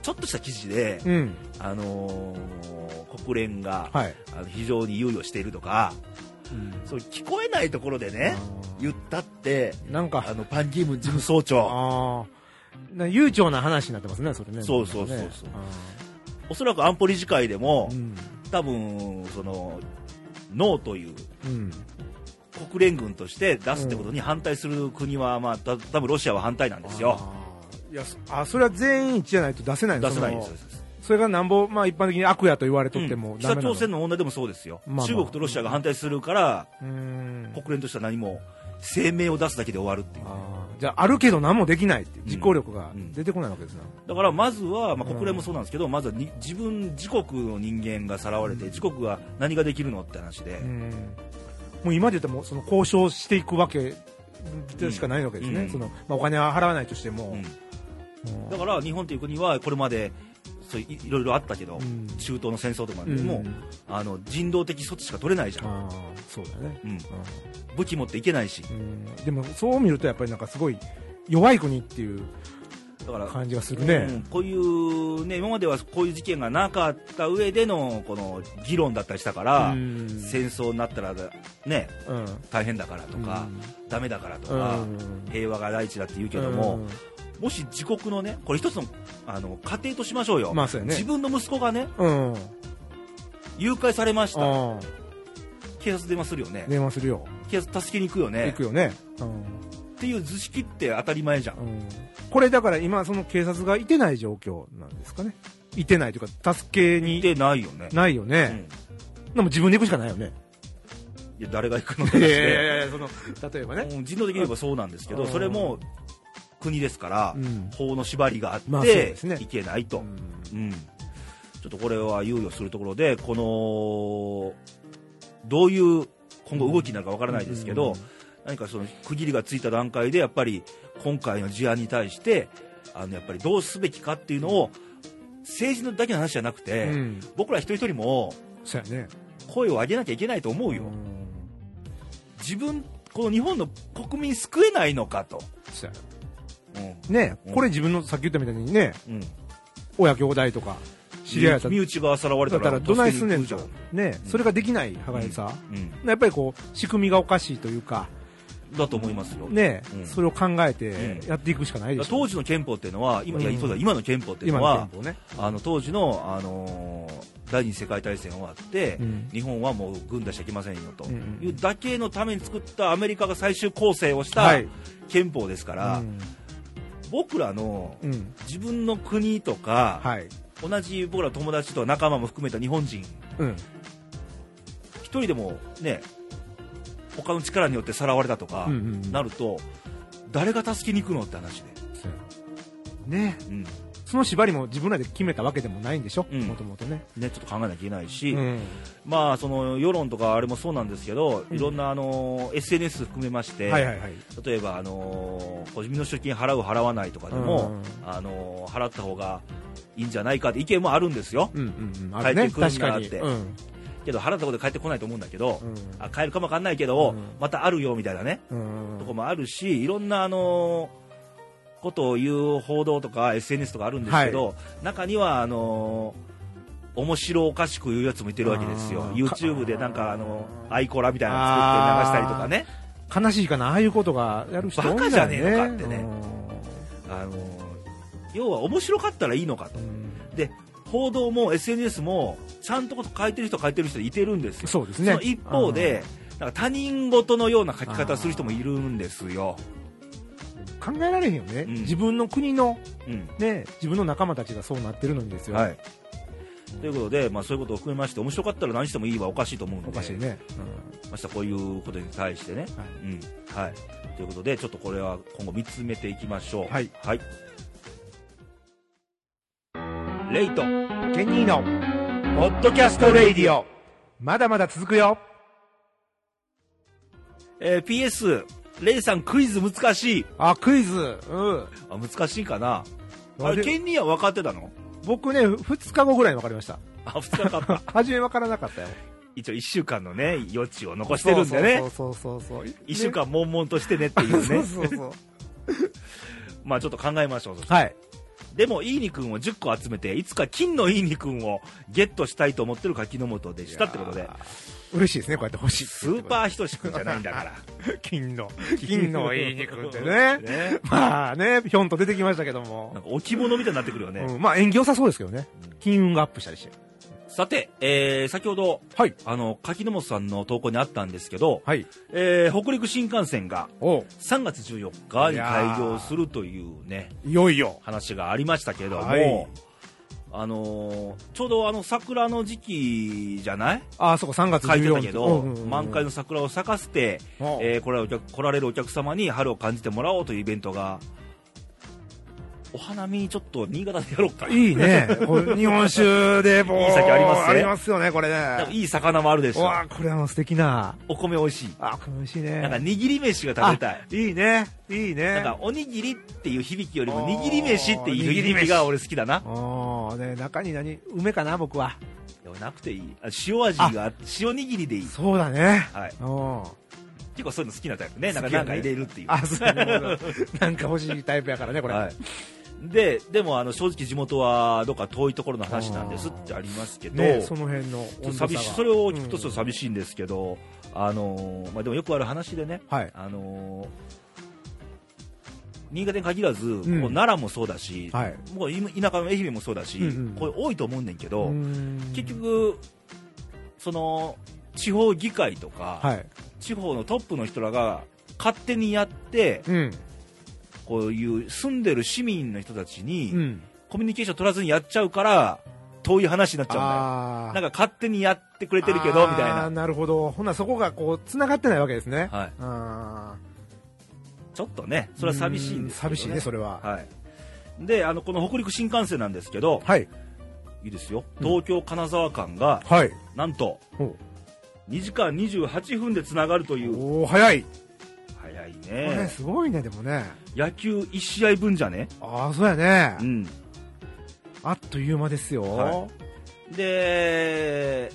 Speaker 1: ちょっとした記事で、
Speaker 2: うん。
Speaker 1: あのー国連が、
Speaker 2: はい。
Speaker 1: あの非常に猶予しているとかそういう聞こえないところでね
Speaker 2: あー
Speaker 1: 言ったって
Speaker 2: なんか
Speaker 1: あ、のパン・ギームン事務総長
Speaker 2: ああ、な悠長な話になってますね、それね。
Speaker 1: そうそうそうそう
Speaker 2: ね
Speaker 1: おそらく安保理事会で
Speaker 2: あ
Speaker 1: も
Speaker 2: ーうん。
Speaker 1: 多分そのノーという
Speaker 2: うん。
Speaker 1: 国連軍として出すってことに反対する国は、まあ、た多分ロシアは反対なんですよ
Speaker 2: あー。いや、そあ、それは全員一致じゃないと出せない
Speaker 1: 出せないで
Speaker 2: ですす
Speaker 1: よ
Speaker 2: それがなんぼ、まあ一般的に悪やと言われとって
Speaker 1: う
Speaker 2: も
Speaker 1: ん
Speaker 2: ダ
Speaker 1: 北
Speaker 2: メなの、
Speaker 1: 朝鮮の問題でもそうですよ、
Speaker 2: まあまあ
Speaker 1: 中国とロシアが反対するから
Speaker 2: うーん。
Speaker 1: 国連としては何も声明を出すだけで終わるっていう
Speaker 2: あーじゃあ、あるけど何もできないっていう実行力が出てこないわけですな。
Speaker 1: だからまずは、まあ、国連もそうなんですけど、まずはに自分自国の人間がさらわれて、自国が何ができるのって話で、
Speaker 2: うんもう今で言ったらもうその交渉していくわけでしかないわけですね。
Speaker 1: うん
Speaker 2: その、まあお金は払わないとしても。
Speaker 1: うん
Speaker 2: うん
Speaker 1: だから日本という国はこれまでそういいろいろあったけど、
Speaker 2: うん
Speaker 1: 中東の戦争とかで
Speaker 2: うん
Speaker 1: も、あの人道的措置しか取れないじゃん、
Speaker 2: ああ、そうだね。
Speaker 1: うん武器持っていけないし
Speaker 2: うんでもそう見るとやっぱりなんかすごい弱い国っていう
Speaker 1: だから、
Speaker 2: 感じがする
Speaker 1: う
Speaker 2: ね
Speaker 1: ん、こういうね今まではこういう事件がなかった上でのこの議論だったりしたから、
Speaker 2: うん
Speaker 1: 戦争になったらね
Speaker 2: うん
Speaker 1: 大変だからとか、ダメだからとか、
Speaker 2: うん
Speaker 1: 平和が第一だって言うけども、もし自国のね、これ一つのあの家庭としましょうよ、
Speaker 2: まあそうやね
Speaker 1: 自分の息子がね、
Speaker 2: うん、うん
Speaker 1: 誘拐されました、
Speaker 2: あ
Speaker 1: 警察電話するよね、
Speaker 2: 電話するよ、
Speaker 1: 警察助けに行くよね
Speaker 2: 行くよね、うん
Speaker 1: っていう図式って当たり前じゃん、
Speaker 2: うんこれだから今その警察がいてない状況なんですかねいてないというか助け
Speaker 1: い
Speaker 2: に
Speaker 1: てないよね、
Speaker 2: ないよ
Speaker 1: う
Speaker 2: ね、
Speaker 1: ん
Speaker 2: でも自分で行くしかないよね
Speaker 1: いや誰が行くのっ
Speaker 2: い
Speaker 1: て
Speaker 2: や
Speaker 1: 話
Speaker 2: いやいや
Speaker 1: で、
Speaker 2: いやその 例えばね、
Speaker 1: うん人道的に言えばそうなんですけど、
Speaker 2: うん
Speaker 1: それも国ですから、
Speaker 2: うん
Speaker 1: 法の縛りがあって、
Speaker 2: まあそうですね
Speaker 1: いけないと、
Speaker 2: うん
Speaker 1: うんちょっとこれは猶予するところで、このどういう今後動きになるかわからないですけど、
Speaker 2: うん
Speaker 1: 何かその区切りがついた段階でやっぱり今回の事案に対してあのやっぱりどうすべきかっていうのを政治のだけの話じゃなくて、
Speaker 2: うん
Speaker 1: 僕ら一人一人も
Speaker 2: そうやね
Speaker 1: 声を上げなきゃいけないと思うよ、
Speaker 2: うん
Speaker 1: 自分この日本の国民救えないのかと、
Speaker 2: そうや
Speaker 1: う
Speaker 2: ね
Speaker 1: うん
Speaker 2: これ自分のさっき言ったみたいにね
Speaker 1: んうん、
Speaker 2: 親兄弟とか知り合いだったら
Speaker 1: 身内がさらわれ
Speaker 2: だ
Speaker 1: た
Speaker 2: った
Speaker 1: ら
Speaker 2: らどないすんねん
Speaker 1: 助
Speaker 2: と
Speaker 1: けに行く、
Speaker 2: ね、それができない歯がゆさ、
Speaker 1: じゃん、
Speaker 2: やっぱりこう仕組みがおかしいというか、
Speaker 1: うんだと思いますよ、
Speaker 2: ね
Speaker 1: うん
Speaker 2: それを考え
Speaker 1: うん
Speaker 2: てやっていくしかないでしょ、
Speaker 1: 当時の憲法っていうのは今,、
Speaker 2: う
Speaker 1: いや
Speaker 2: ん
Speaker 1: そうだ今の憲法っていう
Speaker 2: 今
Speaker 1: の
Speaker 2: の
Speaker 1: は
Speaker 2: 憲法ね、
Speaker 1: あの当時の、あのー第二次世界大戦終わって、
Speaker 2: うん
Speaker 1: 日本はもう軍出しちゃいけませんよと
Speaker 2: うんう
Speaker 1: い
Speaker 2: ん
Speaker 1: うだけのために作ったアメリカが最終構成をした
Speaker 2: はい
Speaker 1: 憲法ですから、
Speaker 2: うん
Speaker 1: 僕らの
Speaker 2: うん
Speaker 1: 自分の国とか、
Speaker 2: はい
Speaker 1: 同じ僕ら友達と仲間も含めた日本人
Speaker 2: うん
Speaker 1: 人でもね他の力によってさらわれたとか
Speaker 2: うんうんうん
Speaker 1: なると、誰が助けに行くのって話で、
Speaker 2: ね
Speaker 1: うん
Speaker 2: その縛りも自分らで決めたわけでもないんでしょ
Speaker 1: うん
Speaker 2: もともとね
Speaker 1: ね、ちょっと考えなきゃいけないし、
Speaker 2: うん
Speaker 1: まあ、その世論とかあれもそうなんですけど、いろんなあの SNS 含めまして、
Speaker 2: はいはいはい
Speaker 1: 例えば、あのー、個人の出金払う、払わないとかでも、
Speaker 2: うん
Speaker 1: あのー払った方がいいんじゃないかって意見もあるんですよ、
Speaker 2: うんうんうんあるね
Speaker 1: 帰ってくるん
Speaker 2: 確
Speaker 1: だ
Speaker 2: か
Speaker 1: っ
Speaker 2: に
Speaker 1: て
Speaker 2: うん
Speaker 1: けど払ったことで帰ってこないと思うんだけど、
Speaker 2: うん
Speaker 1: あ帰るかもわかんないけど、
Speaker 2: うん
Speaker 1: またあるよみたいなね、
Speaker 2: うん
Speaker 1: とこもあるし、いろんな、あのーことを言う報道とか SNS とかあるんですけど、中にはあのー面白おかしく言うやつもいてるわけですよ
Speaker 2: あ、ー
Speaker 1: YouTube でなんか、あのーアイコラみたいなの作って流したりとかね、
Speaker 2: 悲しいかなああいうことがやる人多いんだよ
Speaker 1: バカじゃねえのかってね
Speaker 2: う
Speaker 1: あのー要は面白かったらいいのかと
Speaker 2: んうん
Speaker 1: で報道も SNS もちゃんとこと書いてる人書いてる人いてるんですよ
Speaker 2: そうですね
Speaker 1: その一方でなんか他人事のような書き方する人もいるんですよ、
Speaker 2: 考えられへんよね
Speaker 1: うん
Speaker 2: 自分の国の
Speaker 1: うん
Speaker 2: ね自分の仲間たちがそうなってるのにですよ
Speaker 1: はい、ということで、まあ、そういうことを含めまして面白かったら何してもいいはおかしいと思うので
Speaker 2: おかしいね
Speaker 1: ましてこういうことに対してね、
Speaker 2: はい
Speaker 1: うんはい、ということでちょっとこれは今後見つめていきましょう
Speaker 2: はい、
Speaker 1: レイト
Speaker 2: うんケニーの
Speaker 1: ポッドキャストレイディオ
Speaker 2: まだまだ続くよ
Speaker 1: えー PS レイさんクイズ難しい
Speaker 2: あクイズうん
Speaker 1: あ難しいかなあ
Speaker 2: あ
Speaker 1: れ
Speaker 2: れ
Speaker 1: ケニーは分かってたの
Speaker 2: 僕ね2日後ぐらいに分かりました
Speaker 1: あ2日かった
Speaker 2: 初め分からなかったよ
Speaker 1: 一応1週間のね余地を残してるんでね
Speaker 2: そうそうそうそうそう
Speaker 1: 1週間悶々としてねっていう
Speaker 2: そう
Speaker 1: ね
Speaker 2: そう そう
Speaker 1: まあちょっと考えましょうそして
Speaker 2: はい
Speaker 1: でもいいにくんを10個集めていつか金のいいにくんをゲットしたいと思ってる柿の本でしたってこと
Speaker 2: い
Speaker 1: で
Speaker 2: やー嬉しいですねこうやって欲しい
Speaker 1: スーパーひとしくんじゃないんだから
Speaker 2: ー 金の 金のいい肉ってね
Speaker 1: ね
Speaker 2: まあねひょんと出てきましたけども
Speaker 1: なんか置物みたいになってくるよね、
Speaker 2: うんまあ縁起良さそうですけどね金運がアップしたりして
Speaker 1: さて、えー先ほど
Speaker 2: はい
Speaker 1: あの柿の本さんの投稿にあったんですけど、
Speaker 2: はい
Speaker 1: えー北陸新幹線が
Speaker 2: お
Speaker 1: 3月14日に開業するというね
Speaker 2: いよいよ
Speaker 1: 話がありましたけども、
Speaker 2: はい
Speaker 1: あのーちょうどあの桜の時期じゃない
Speaker 2: ああそこ3月
Speaker 1: 書いて
Speaker 2: 14
Speaker 1: た
Speaker 2: 日
Speaker 1: けど、
Speaker 2: うんうんうん
Speaker 1: 満開の桜を咲かせて、
Speaker 2: お
Speaker 1: えーこれはお客来られるお客様に春を感じてもらおうというイベントがお花見ちょっと新潟でやろうか
Speaker 2: い いねこれ日本酒でもう
Speaker 1: いい酒あります
Speaker 2: ありますよねこれ
Speaker 1: なんか
Speaker 2: ね
Speaker 1: いい魚もあるでし
Speaker 2: う
Speaker 1: ょ
Speaker 2: わあこれあの素敵な
Speaker 1: お米美味しい
Speaker 2: あこれ美味しいね
Speaker 1: なんか握り飯が食べたい
Speaker 2: あいいねいいね
Speaker 1: なんかおにぎりっていう響きよりも握り飯っていう響き
Speaker 2: あ
Speaker 1: が
Speaker 2: ー
Speaker 1: 俺好きだな
Speaker 2: おーね中に何梅かな僕はい
Speaker 1: やなくていいあ塩味が塩握りでいい
Speaker 2: そうだね
Speaker 1: はい
Speaker 2: おー
Speaker 1: 結構そういうの好きなタイプねなんか
Speaker 2: 好きや
Speaker 1: な
Speaker 2: ね
Speaker 1: んか入れるっていう
Speaker 2: あそうなるほどなんか欲しいタイプやからねこれ、
Speaker 1: はいででもあの正直地元はどっか遠いところの話なんですってありますけど、
Speaker 2: ねその辺の
Speaker 1: ちょっと寂しいそれを聞くとちょっと寂しいんですけど、あのーまあ、でもよくある話でね、
Speaker 2: はい
Speaker 1: あのー新潟に限らず、
Speaker 2: ん
Speaker 1: こう奈良もそうだし、
Speaker 2: はい
Speaker 1: もう今田舎の愛媛もそうだし、
Speaker 2: うんうん
Speaker 1: これ多いと思うねんけど、結
Speaker 2: 結局
Speaker 1: 局その地方議会とか、
Speaker 2: はい
Speaker 1: 地方のトップの人らが勝手にやって
Speaker 2: うん
Speaker 1: こういう住んでる市民の人たちに、
Speaker 2: うん
Speaker 1: コミュニケーション取らずにやっちゃうから遠い話になっちゃうんだよ
Speaker 2: あー
Speaker 1: なんか勝手にやってくれてるけどみたい
Speaker 2: あー
Speaker 1: な、
Speaker 2: なるほどほなそこがこう繋がってないわけですね
Speaker 1: はい、
Speaker 2: あ
Speaker 1: ちょっとね
Speaker 2: ー
Speaker 1: それは寂しいんですけど、
Speaker 2: 寂しいねそれは
Speaker 1: はいであのこの北陸新幹線なんですけど、
Speaker 2: はい
Speaker 1: い、いですよ東京金沢間が
Speaker 2: はい
Speaker 1: なんと
Speaker 2: お
Speaker 1: 2時間28分でつながるという
Speaker 2: おー早い、
Speaker 1: 早い
Speaker 2: これ
Speaker 1: ね
Speaker 2: すごいねでもね
Speaker 1: 野球1試合分じゃね
Speaker 2: ああそうやね、
Speaker 1: うん
Speaker 2: あっという間ですよ
Speaker 1: はで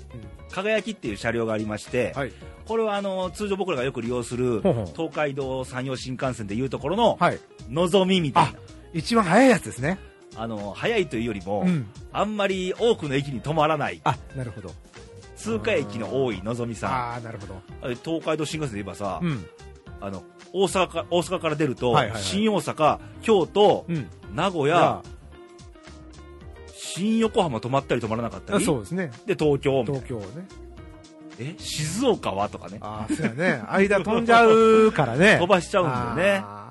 Speaker 1: 輝きっていう車両がありまして、
Speaker 2: はい
Speaker 1: これはあの通常僕らがよく利用する
Speaker 2: ほうほう
Speaker 1: 東海道山陽新幹線でいうところの
Speaker 2: はい
Speaker 1: のぞみみたいな
Speaker 2: 一番早いやつですね
Speaker 1: あの早いというよりも、
Speaker 2: うん
Speaker 1: あんまり多くの駅に止まらない
Speaker 2: あなるほど
Speaker 1: 通過駅の多いのぞみさん
Speaker 2: ああーなるほど
Speaker 1: あれ東海道新幹線で言えばさ、
Speaker 2: うん
Speaker 1: あの大阪か大阪から出ると、
Speaker 2: はいはいはい
Speaker 1: 新大阪、京都、
Speaker 2: うん
Speaker 1: 名古
Speaker 2: い
Speaker 1: 屋、新横浜止まったり止まらなかったり、
Speaker 2: そうですね
Speaker 1: で東京みたいな
Speaker 2: 東京ね
Speaker 1: え、静岡はとかね、
Speaker 2: ああそうやね間飛んじゃうからね
Speaker 1: 飛ばしちゃうんだよね。
Speaker 2: あー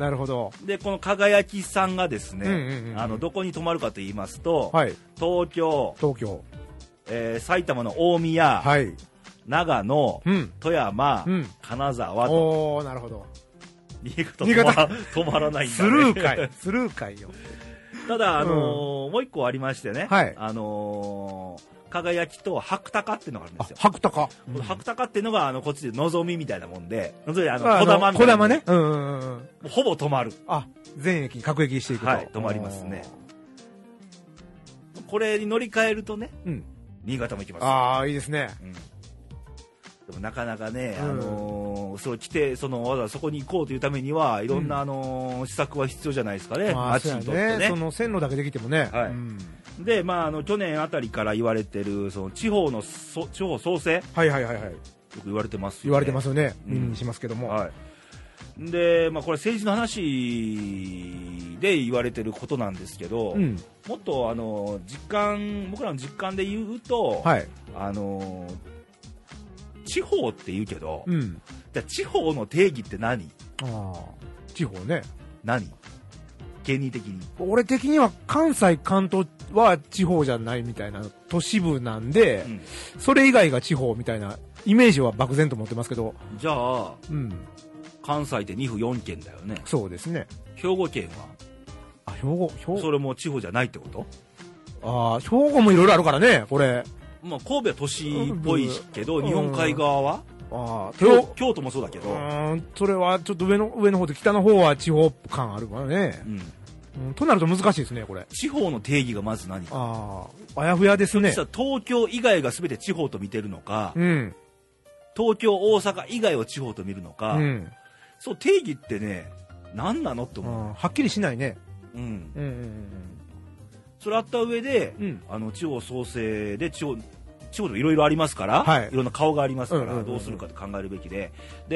Speaker 2: なるほど
Speaker 1: でこの輝きさんがですね、
Speaker 2: うんうんうんうん
Speaker 1: あのどこに泊まるかと言いますと、
Speaker 2: はい
Speaker 1: 東京、
Speaker 2: 東京
Speaker 1: えー埼玉の大宮、
Speaker 2: はい
Speaker 1: 長野、
Speaker 2: うん。
Speaker 1: 富山、
Speaker 2: うん
Speaker 1: 金沢と
Speaker 2: おおなるほど。
Speaker 1: 新潟
Speaker 2: 新
Speaker 1: 止ま
Speaker 2: 潟
Speaker 1: 止まらないんだ、ね、
Speaker 2: スルー会。スルー会よ。
Speaker 1: ただ、あのーもう一個ありましてね、
Speaker 2: はい
Speaker 1: あのー輝きと白鷹っていうのがあるんですよ。
Speaker 2: 白鷹。
Speaker 1: この白鷹っていうのが、あの、こっちで望みみたいなもんで、望みあの、
Speaker 2: あ
Speaker 1: 小玉みた
Speaker 2: 小
Speaker 1: いな。
Speaker 2: 玉ね。うんうんうんうん。
Speaker 1: もうほぼ止まる。
Speaker 2: あ、全駅、各駅していくと。
Speaker 1: はい止まりますねこれに乗り換えるとね、
Speaker 2: おー。うん。
Speaker 1: 新潟も行きます。
Speaker 2: ああ、いいですね。
Speaker 1: うんでもなかなかね、
Speaker 2: うん
Speaker 1: あのーそう来て、その、わざわざそこに行こうというためには、いろんな、あのー施策は必要じゃないですかね。
Speaker 2: まあ
Speaker 1: 街
Speaker 2: そう
Speaker 1: にとっ
Speaker 2: や
Speaker 1: て
Speaker 2: ね。
Speaker 1: ね
Speaker 2: そ。の線路だけできてもね。
Speaker 1: はい
Speaker 2: うん
Speaker 1: で、まあ、あの、去年あたりから言われてる、その、地方のそ、地方創生、よ
Speaker 2: はいはいはいはい。
Speaker 1: く言われてますよ、ね。
Speaker 2: 言われてますよね。
Speaker 1: うん
Speaker 2: 耳にしますけども。
Speaker 1: はい、で、まあ、これ、政治の話で言われてることなんですけど、
Speaker 2: うん。
Speaker 1: もっとあの実感、僕らの実感で言うと、
Speaker 2: はい。
Speaker 1: あの地方って言うけど、
Speaker 2: うん。
Speaker 1: じゃあ地方の定義って何
Speaker 2: ああ。地方ね。
Speaker 1: 何芸人的に。
Speaker 2: 俺的には関西、関東は地方じゃないみたいな、都市部なんで、
Speaker 1: うん
Speaker 2: それ以外が地方みたいなイメージは漠然と持ってますけど、
Speaker 1: じゃあ、
Speaker 2: うん、
Speaker 1: 関西って2府4県だよね。
Speaker 2: そうですね。
Speaker 1: 兵庫県は、
Speaker 2: あ、兵庫、兵
Speaker 1: そ
Speaker 2: 庫、
Speaker 1: れも地方じゃないってこと
Speaker 2: あー兵庫もいろいろあるからね、これ。
Speaker 1: まあ、神戸は都市っぽいけど、
Speaker 2: うん
Speaker 1: 日本海側は、
Speaker 2: ああ、
Speaker 1: 京
Speaker 2: 京
Speaker 1: 京都もそうだけ
Speaker 2: う
Speaker 1: ど、
Speaker 2: ーん、それはちょっと上の、上の方で北の方は地方感あるからね
Speaker 1: う。ん、
Speaker 2: うん、となると難しいですね、これ。
Speaker 1: 地方の定義がまず何か、
Speaker 2: ああ、あやふやですね
Speaker 1: 実。は東京以外が全て地方と見てるのか、
Speaker 2: うん、
Speaker 1: 東京、大阪以外を地方と見るの
Speaker 2: う
Speaker 1: か、
Speaker 2: ん、
Speaker 1: そう定義ってね、何なのって
Speaker 2: う
Speaker 1: 思う、
Speaker 2: ん。はっきりしないね。
Speaker 1: うん、
Speaker 2: うん、
Speaker 1: それあった上で、
Speaker 2: うん、うん。
Speaker 1: あの地方創生で地方地方でもいろいろありますから、
Speaker 2: はいい、
Speaker 1: ろんな顔がありますか
Speaker 2: うんうんうん
Speaker 1: ら、
Speaker 2: うん
Speaker 1: どうするかって考えるべきで、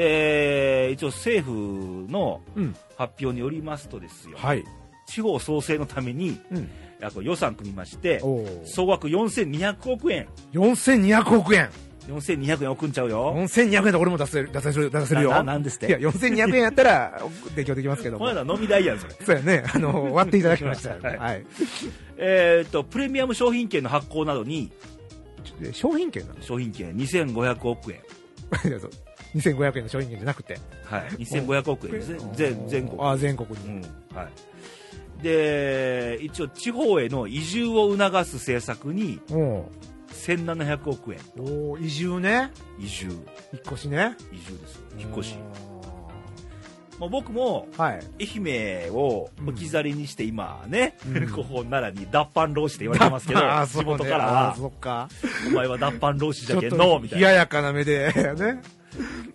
Speaker 1: で一応、政府の
Speaker 2: うん、
Speaker 1: 発表によりますとですよ、
Speaker 2: はい。
Speaker 1: 地方創生のために
Speaker 2: うん。
Speaker 1: あと予算組みまして、
Speaker 2: おお。
Speaker 1: 総額4200億円、
Speaker 2: 4200億円
Speaker 1: 4200円送んちゃうよ。
Speaker 2: 4200円だと俺も出せる出せる出せるよ
Speaker 1: なななんですって
Speaker 2: いや4200円やったらお提供できますけど
Speaker 1: こ
Speaker 2: も
Speaker 1: の間飲み代やん、それ。
Speaker 2: そうやねあの割っていただきましたよ
Speaker 1: はい
Speaker 2: はい
Speaker 1: えーっと、プレミアム商品券の発行などに、
Speaker 2: ちょえ商品券なの
Speaker 1: 商品券2500億円。
Speaker 2: いやそう2500円の商品券じゃなくて
Speaker 1: はい。2500億円ですね。全、全国。
Speaker 2: ああ全国
Speaker 1: う
Speaker 2: に
Speaker 1: ん。はい。で、一応、地方への移住を促す政策に、
Speaker 2: お
Speaker 1: 1700億円。
Speaker 2: おおー移住ね
Speaker 1: 移住。
Speaker 2: 引っ越しね
Speaker 1: 移住です。引っ越し。
Speaker 2: お
Speaker 1: まあ、僕も、
Speaker 2: ーはい
Speaker 1: 愛媛を置き去りにして今ね、
Speaker 2: うん
Speaker 1: ここ奈良に脱藩浪士って言われてますけど、
Speaker 2: あー
Speaker 1: 地元
Speaker 2: そうね
Speaker 1: から
Speaker 2: あー
Speaker 1: は、
Speaker 2: そっか
Speaker 1: お前は脱藩浪士じ
Speaker 2: ちょ
Speaker 1: ゃ
Speaker 2: っ
Speaker 1: けんの、
Speaker 2: と
Speaker 1: みたい
Speaker 2: 冷
Speaker 1: な。
Speaker 2: ややかな目で ね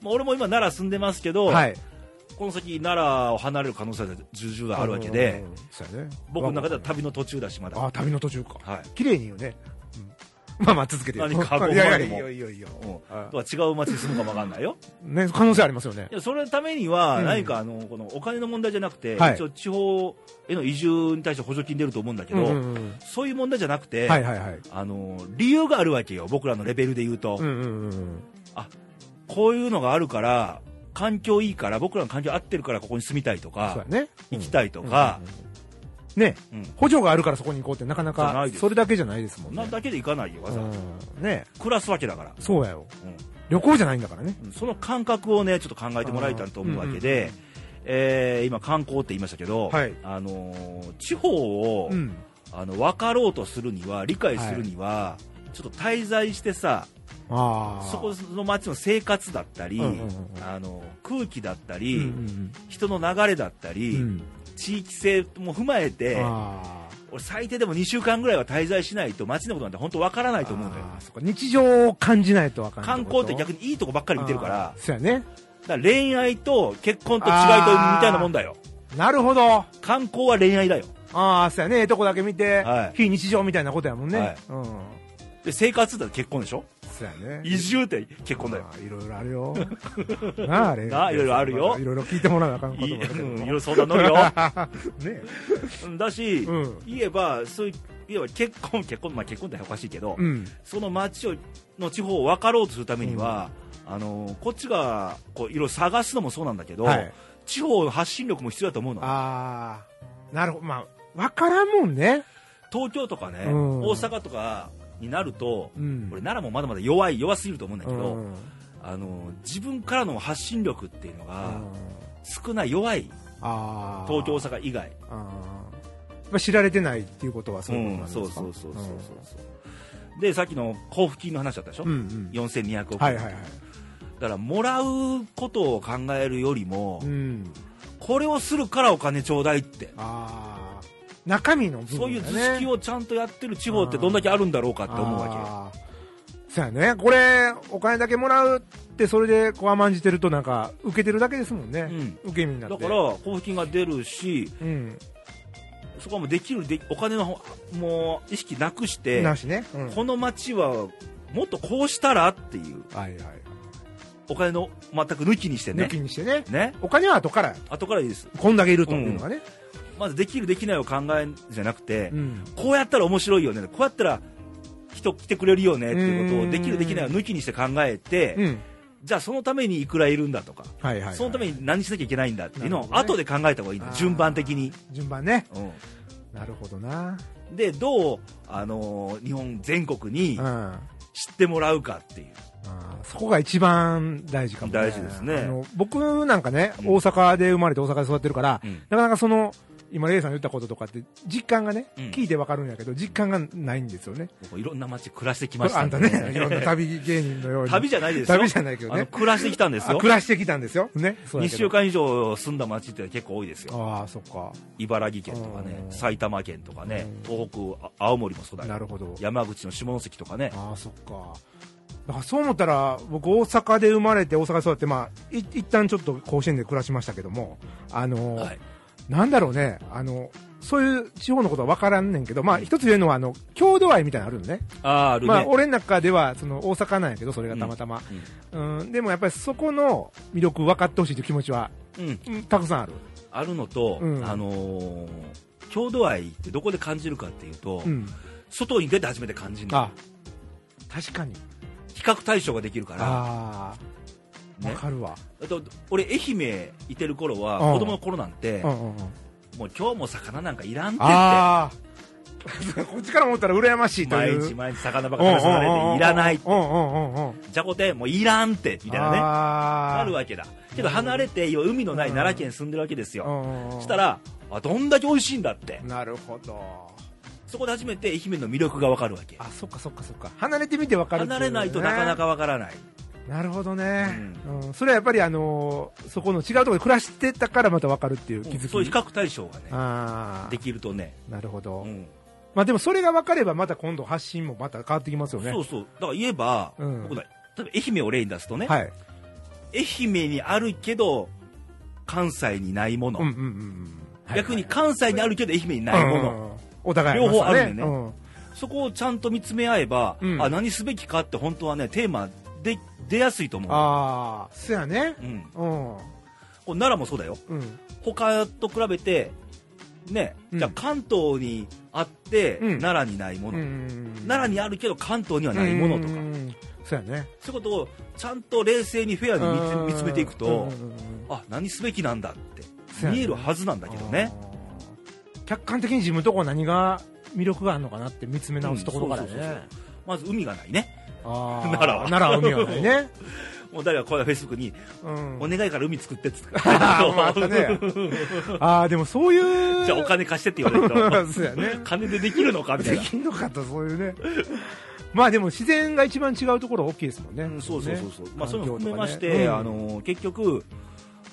Speaker 1: まあ俺も今奈良住んでますけど、
Speaker 2: はい
Speaker 1: この先奈良を離れる可能性が重々あるわけで
Speaker 2: うんそうやね
Speaker 1: 僕の中では旅の途中だしまだ
Speaker 2: ああ旅の途中か
Speaker 1: は
Speaker 2: 綺麗に言うね、うん、まあまあ続けてよ
Speaker 1: 何かご
Speaker 2: いやい
Speaker 1: 前
Speaker 2: や いい
Speaker 1: も
Speaker 2: よいいよいいよ
Speaker 1: い、うん、
Speaker 2: あ
Speaker 1: とは違う街に住むかもわかんないよ
Speaker 2: ね可能性ありますよね
Speaker 1: いやそれのためには
Speaker 2: うん
Speaker 1: 何かあのこのお金の問題じゃなくて、
Speaker 2: はい
Speaker 1: 一応地方への移住に対して補助金出ると思うんだけど、
Speaker 2: うんうんうん
Speaker 1: そういう問題じゃなくて、
Speaker 2: はいはいはい
Speaker 1: あの理由があるわけよ僕らのレベルで言うと、
Speaker 2: うんうんうん
Speaker 1: こういうのがあるから環境いいから僕らの環境合ってるからここに住みたいと
Speaker 2: そうや
Speaker 1: か、
Speaker 2: ね
Speaker 1: 行きたいとか
Speaker 2: うんうんうんね
Speaker 1: うん
Speaker 2: 補助があるからそこに行こうってなかな
Speaker 1: じゃな
Speaker 2: か
Speaker 1: いです
Speaker 2: それだけじゃないですもん
Speaker 1: な
Speaker 2: ね
Speaker 1: だけで行かないよわざわざ、
Speaker 2: うんね
Speaker 1: 暮らすわけだから、
Speaker 2: そうやよ
Speaker 1: うん、
Speaker 2: 旅行じゃないんだからね
Speaker 1: その感覚をねちょっと考えてもらいたいと思うわけで、えー今、観光って言いましたけど、
Speaker 2: はい
Speaker 1: あのー地方を、
Speaker 2: うん
Speaker 1: あの分かろうとするには理解するには、ちょっと滞在してさ
Speaker 2: ああ
Speaker 1: そこの街の生活だったり、
Speaker 2: うんうんうん
Speaker 1: あの空気だったり、
Speaker 2: うんうん
Speaker 1: 人の流れだった
Speaker 2: う
Speaker 1: り、
Speaker 2: ん
Speaker 1: 地域性も踏まえて
Speaker 2: あー
Speaker 1: 俺最低でも2週間ぐらいは滞在しないと街のことなんて本当分からないと思うんだよ
Speaker 2: あーそっか日常を感じないとわかんない
Speaker 1: 観光って逆
Speaker 2: に
Speaker 1: にいいとこばっかり見てるから
Speaker 2: そうやね
Speaker 1: だから恋愛と結婚と違いとみたいなもんだよ
Speaker 2: なるほど
Speaker 1: 観光は恋愛だよ
Speaker 2: ああ、そうやね。ええとこだけ見て、
Speaker 1: はい
Speaker 2: 非日常みたいなことやもんね。
Speaker 1: はい
Speaker 2: うん。
Speaker 1: で生活だと結婚でしょ
Speaker 2: そうやね。
Speaker 1: 移住って結婚だよ
Speaker 2: あーいろいろある よ。なあ、あれ。
Speaker 1: なあいろいろあるよ
Speaker 2: いろいろ聞いてもらわなあかんこと
Speaker 1: い
Speaker 2: も
Speaker 1: い
Speaker 2: あるけど
Speaker 1: うんいろい
Speaker 2: も。
Speaker 1: ろ相談乗るよ
Speaker 2: ね
Speaker 1: うんだし、
Speaker 2: うん
Speaker 1: 言えばそういう言えば結婚結婚まあ結婚っておかしいけど、
Speaker 2: うん。
Speaker 1: その町をの地方を分かろうとするためには、あのこっちがこういろいろ探すのもそうなんだけど、
Speaker 2: はい。
Speaker 1: 地方の発信力も必要だと思うの
Speaker 2: ああ、なるほど。まあ、わからんもんね。
Speaker 1: 東京とかね、
Speaker 2: うん
Speaker 1: 大阪とかになると、
Speaker 2: うん
Speaker 1: 俺奈良もまだまだ弱い弱すぎると思うんだけど、
Speaker 2: うん
Speaker 1: あの自分からの発信力っていうのが
Speaker 2: うん
Speaker 1: 少ない弱い
Speaker 2: あー
Speaker 1: 東京大阪以外
Speaker 2: あーまあ知られてないっていうことはそういうこと
Speaker 1: ん
Speaker 2: なんです
Speaker 1: そ
Speaker 2: か
Speaker 1: うそうそうそうそうそうでさっきの交付金の話だったでしょ、
Speaker 2: うんうん
Speaker 1: 4200億円、
Speaker 2: はいはいはい
Speaker 1: だからもらうことを考えるよりも、
Speaker 2: うん
Speaker 1: これをするからお金ちょうだいって、
Speaker 2: ああ中身の部分
Speaker 1: そういう図式
Speaker 2: を
Speaker 1: をちゃんとやってる地方ってどんだけあるんだろうかって思うわ
Speaker 2: わけそうやねこれお金だけもらうってそれでこう甘んじてるとなんか受けてるだけですもんね、
Speaker 1: う
Speaker 2: 受け身にな
Speaker 1: け
Speaker 2: って
Speaker 1: だから交付金が出るし
Speaker 2: うん
Speaker 1: そこはもうできるでお金のほもう意識なくして
Speaker 2: なしね、うん
Speaker 1: この町はもっとこうしたらっていう
Speaker 2: はいはい
Speaker 1: お金の全く抜きにしてね
Speaker 2: 抜きにしてね
Speaker 1: ね
Speaker 2: お金は後から
Speaker 1: 後からいいです
Speaker 2: こんだけいるというのがね、
Speaker 1: まずできるできないを考えんじゃなくて、
Speaker 2: うん
Speaker 1: こうやったら面白いよねこうやったら人来てくれるよねっていうこと
Speaker 2: う
Speaker 1: を
Speaker 2: ん
Speaker 1: できるできないを抜きにして考えて、
Speaker 2: うん
Speaker 1: じゃあそのためにいくらいるんだとか、
Speaker 2: はいはいはい
Speaker 1: そのために何しなきゃいけないんだっていうのを
Speaker 2: なるほ
Speaker 1: 後
Speaker 2: ど
Speaker 1: で考えた方がいいんだ、順番的に、
Speaker 2: あー順番ね
Speaker 1: うん
Speaker 2: なるほどな
Speaker 1: でどう、あのー日本全国
Speaker 2: う
Speaker 1: に
Speaker 2: んあ
Speaker 1: 知ってもらうかっていう、
Speaker 2: ーそこが一番大事かも、ね、
Speaker 1: 大事ですね
Speaker 2: あの僕なんかね、
Speaker 1: うん
Speaker 2: 大阪で生まれて大阪で育ってるから、
Speaker 1: うん
Speaker 2: なかなかその今レイさんの言ったこととかって実感がね、
Speaker 1: うん
Speaker 2: 聞いてわかるんやけど実感がないんですよね
Speaker 1: 僕いろんな街暮らしてきました
Speaker 2: あん
Speaker 1: んで
Speaker 2: たねいろ んな旅芸人のように
Speaker 1: 旅じゃないですよ
Speaker 2: 旅じゃないけどね
Speaker 1: あの暮らしてきたんです
Speaker 2: あ
Speaker 1: よ
Speaker 2: 暮らしてきたんですよねそう
Speaker 1: 2
Speaker 2: やけど
Speaker 1: 週間以上住んだ街って結構多いですよ
Speaker 2: ああそっか
Speaker 1: 茨城県とかね
Speaker 2: うん
Speaker 1: 埼玉県とかね
Speaker 2: うん
Speaker 1: 東北あ青森もそうだ
Speaker 2: な
Speaker 1: よ
Speaker 2: るほど
Speaker 1: 山口の下関とかね
Speaker 2: ああそっかだからそう思ったら僕大阪で生まれて大阪で育ってまあい一旦ちょっと甲子園で暮らしましたけどもあのー
Speaker 1: はい
Speaker 2: なんだろうねあのそういう地方のことは分からんねんけど、まあ、一つ言えるのはあの郷土愛みたいなのあるのね
Speaker 1: あああるね、
Speaker 2: まあ、俺の中ではその大阪なんやけどそれがたまたま、うんでもやっぱりそこの魅力分かってほしいという気持ちは、
Speaker 1: うんうん
Speaker 2: うんたくさんある、
Speaker 1: あるのと、
Speaker 2: うん
Speaker 1: あのー郷土愛ってどこで感じるかっていうと、
Speaker 2: うん、
Speaker 1: 外に出て初めて感じるの
Speaker 2: あ確かに
Speaker 1: 比較対象ができるから
Speaker 2: ああ、
Speaker 1: ね
Speaker 2: 分かるわ、
Speaker 1: あと俺愛媛いてる頃は
Speaker 2: うん
Speaker 1: 子供の頃なんて
Speaker 2: うんうんうん、
Speaker 1: もう今日も魚なんかいらんってって
Speaker 2: ああこっちから思ったら羨ましいという
Speaker 1: 毎日毎日魚ばっかり食べされていらない
Speaker 2: うんうんうんうんうん
Speaker 1: じゃこてもういらんってみたいなね
Speaker 2: あ
Speaker 1: あるわけだけど離れて今海のない奈良県に住んでるわけです
Speaker 2: け
Speaker 1: よ
Speaker 2: し
Speaker 1: したらあどんだけ美味しいんだって
Speaker 2: なるほど
Speaker 1: そこで初めて愛媛の魅力が分かるわけ
Speaker 2: あそっかそっかそっか離れてみて分かるってう
Speaker 1: 離れないとなかなか分からない
Speaker 2: なるほどね、うんそれはやっぱりあのーそこの違うところで暮らしてたからまた分かるっていう気づき
Speaker 1: そういう比較対象がね
Speaker 2: ああ
Speaker 1: できるとね
Speaker 2: なるほど、
Speaker 1: うん
Speaker 2: まあでもそれが分かればまた今度発信もまた変わってきますよね
Speaker 1: そうそうだから言えば
Speaker 2: うん
Speaker 1: 僕だ例えば愛媛を例に出すとね
Speaker 2: はい
Speaker 1: 愛媛にあるけど関西にないも
Speaker 2: うんう
Speaker 1: の
Speaker 2: んうんうん
Speaker 1: 逆に関西にあるけど愛媛にないも
Speaker 2: う
Speaker 1: の
Speaker 2: んうんうんお互いりますよ
Speaker 1: 両方あるんでね
Speaker 2: うん
Speaker 1: そこをちゃんと見つめ合えば
Speaker 2: うん
Speaker 1: あ何すべきかって本当はねテーマで出やすいと思う
Speaker 2: ああそやね
Speaker 1: うん
Speaker 2: うん
Speaker 1: これ奈良もそうだよ
Speaker 2: うん
Speaker 1: 他と比べてね、
Speaker 2: うん
Speaker 1: じゃあ関東にあって、
Speaker 2: うん
Speaker 1: 奈良にないもの、
Speaker 2: 奈
Speaker 1: 奈良にあるけど関東にはないものとか、
Speaker 2: そうやね
Speaker 1: そういうことをちゃんと冷静にフェアに見つ
Speaker 2: うん
Speaker 1: 見つめていく
Speaker 2: うん
Speaker 1: と
Speaker 2: うんうんうん
Speaker 1: あ何すべきなんだって
Speaker 2: そうやね
Speaker 1: 見えるはずなんだけどね
Speaker 2: あー客観的に自分のとこ何が魅力があるのかなって見つめ直すところから
Speaker 1: うんそうそうそう
Speaker 2: ね
Speaker 1: まず海がないね
Speaker 2: あー
Speaker 1: 奈良は
Speaker 2: 奈良海はないね
Speaker 1: もう誰かこれフェイスブックに、
Speaker 2: うん
Speaker 1: お願いから海作って」っ つって
Speaker 2: あったねあーでもそういう
Speaker 1: じゃあお金貸してって言われる
Speaker 2: そうやね
Speaker 1: と金でできるのかみたい
Speaker 2: で
Speaker 1: な、
Speaker 2: きんのかとそういうねまあでも自然が一番違うところは大きいですもんね、
Speaker 1: うんそうそうそうそう、
Speaker 2: ね
Speaker 1: まあ、そういうの含めまし
Speaker 2: 環
Speaker 1: て、
Speaker 2: 境とかねうん
Speaker 1: あの結局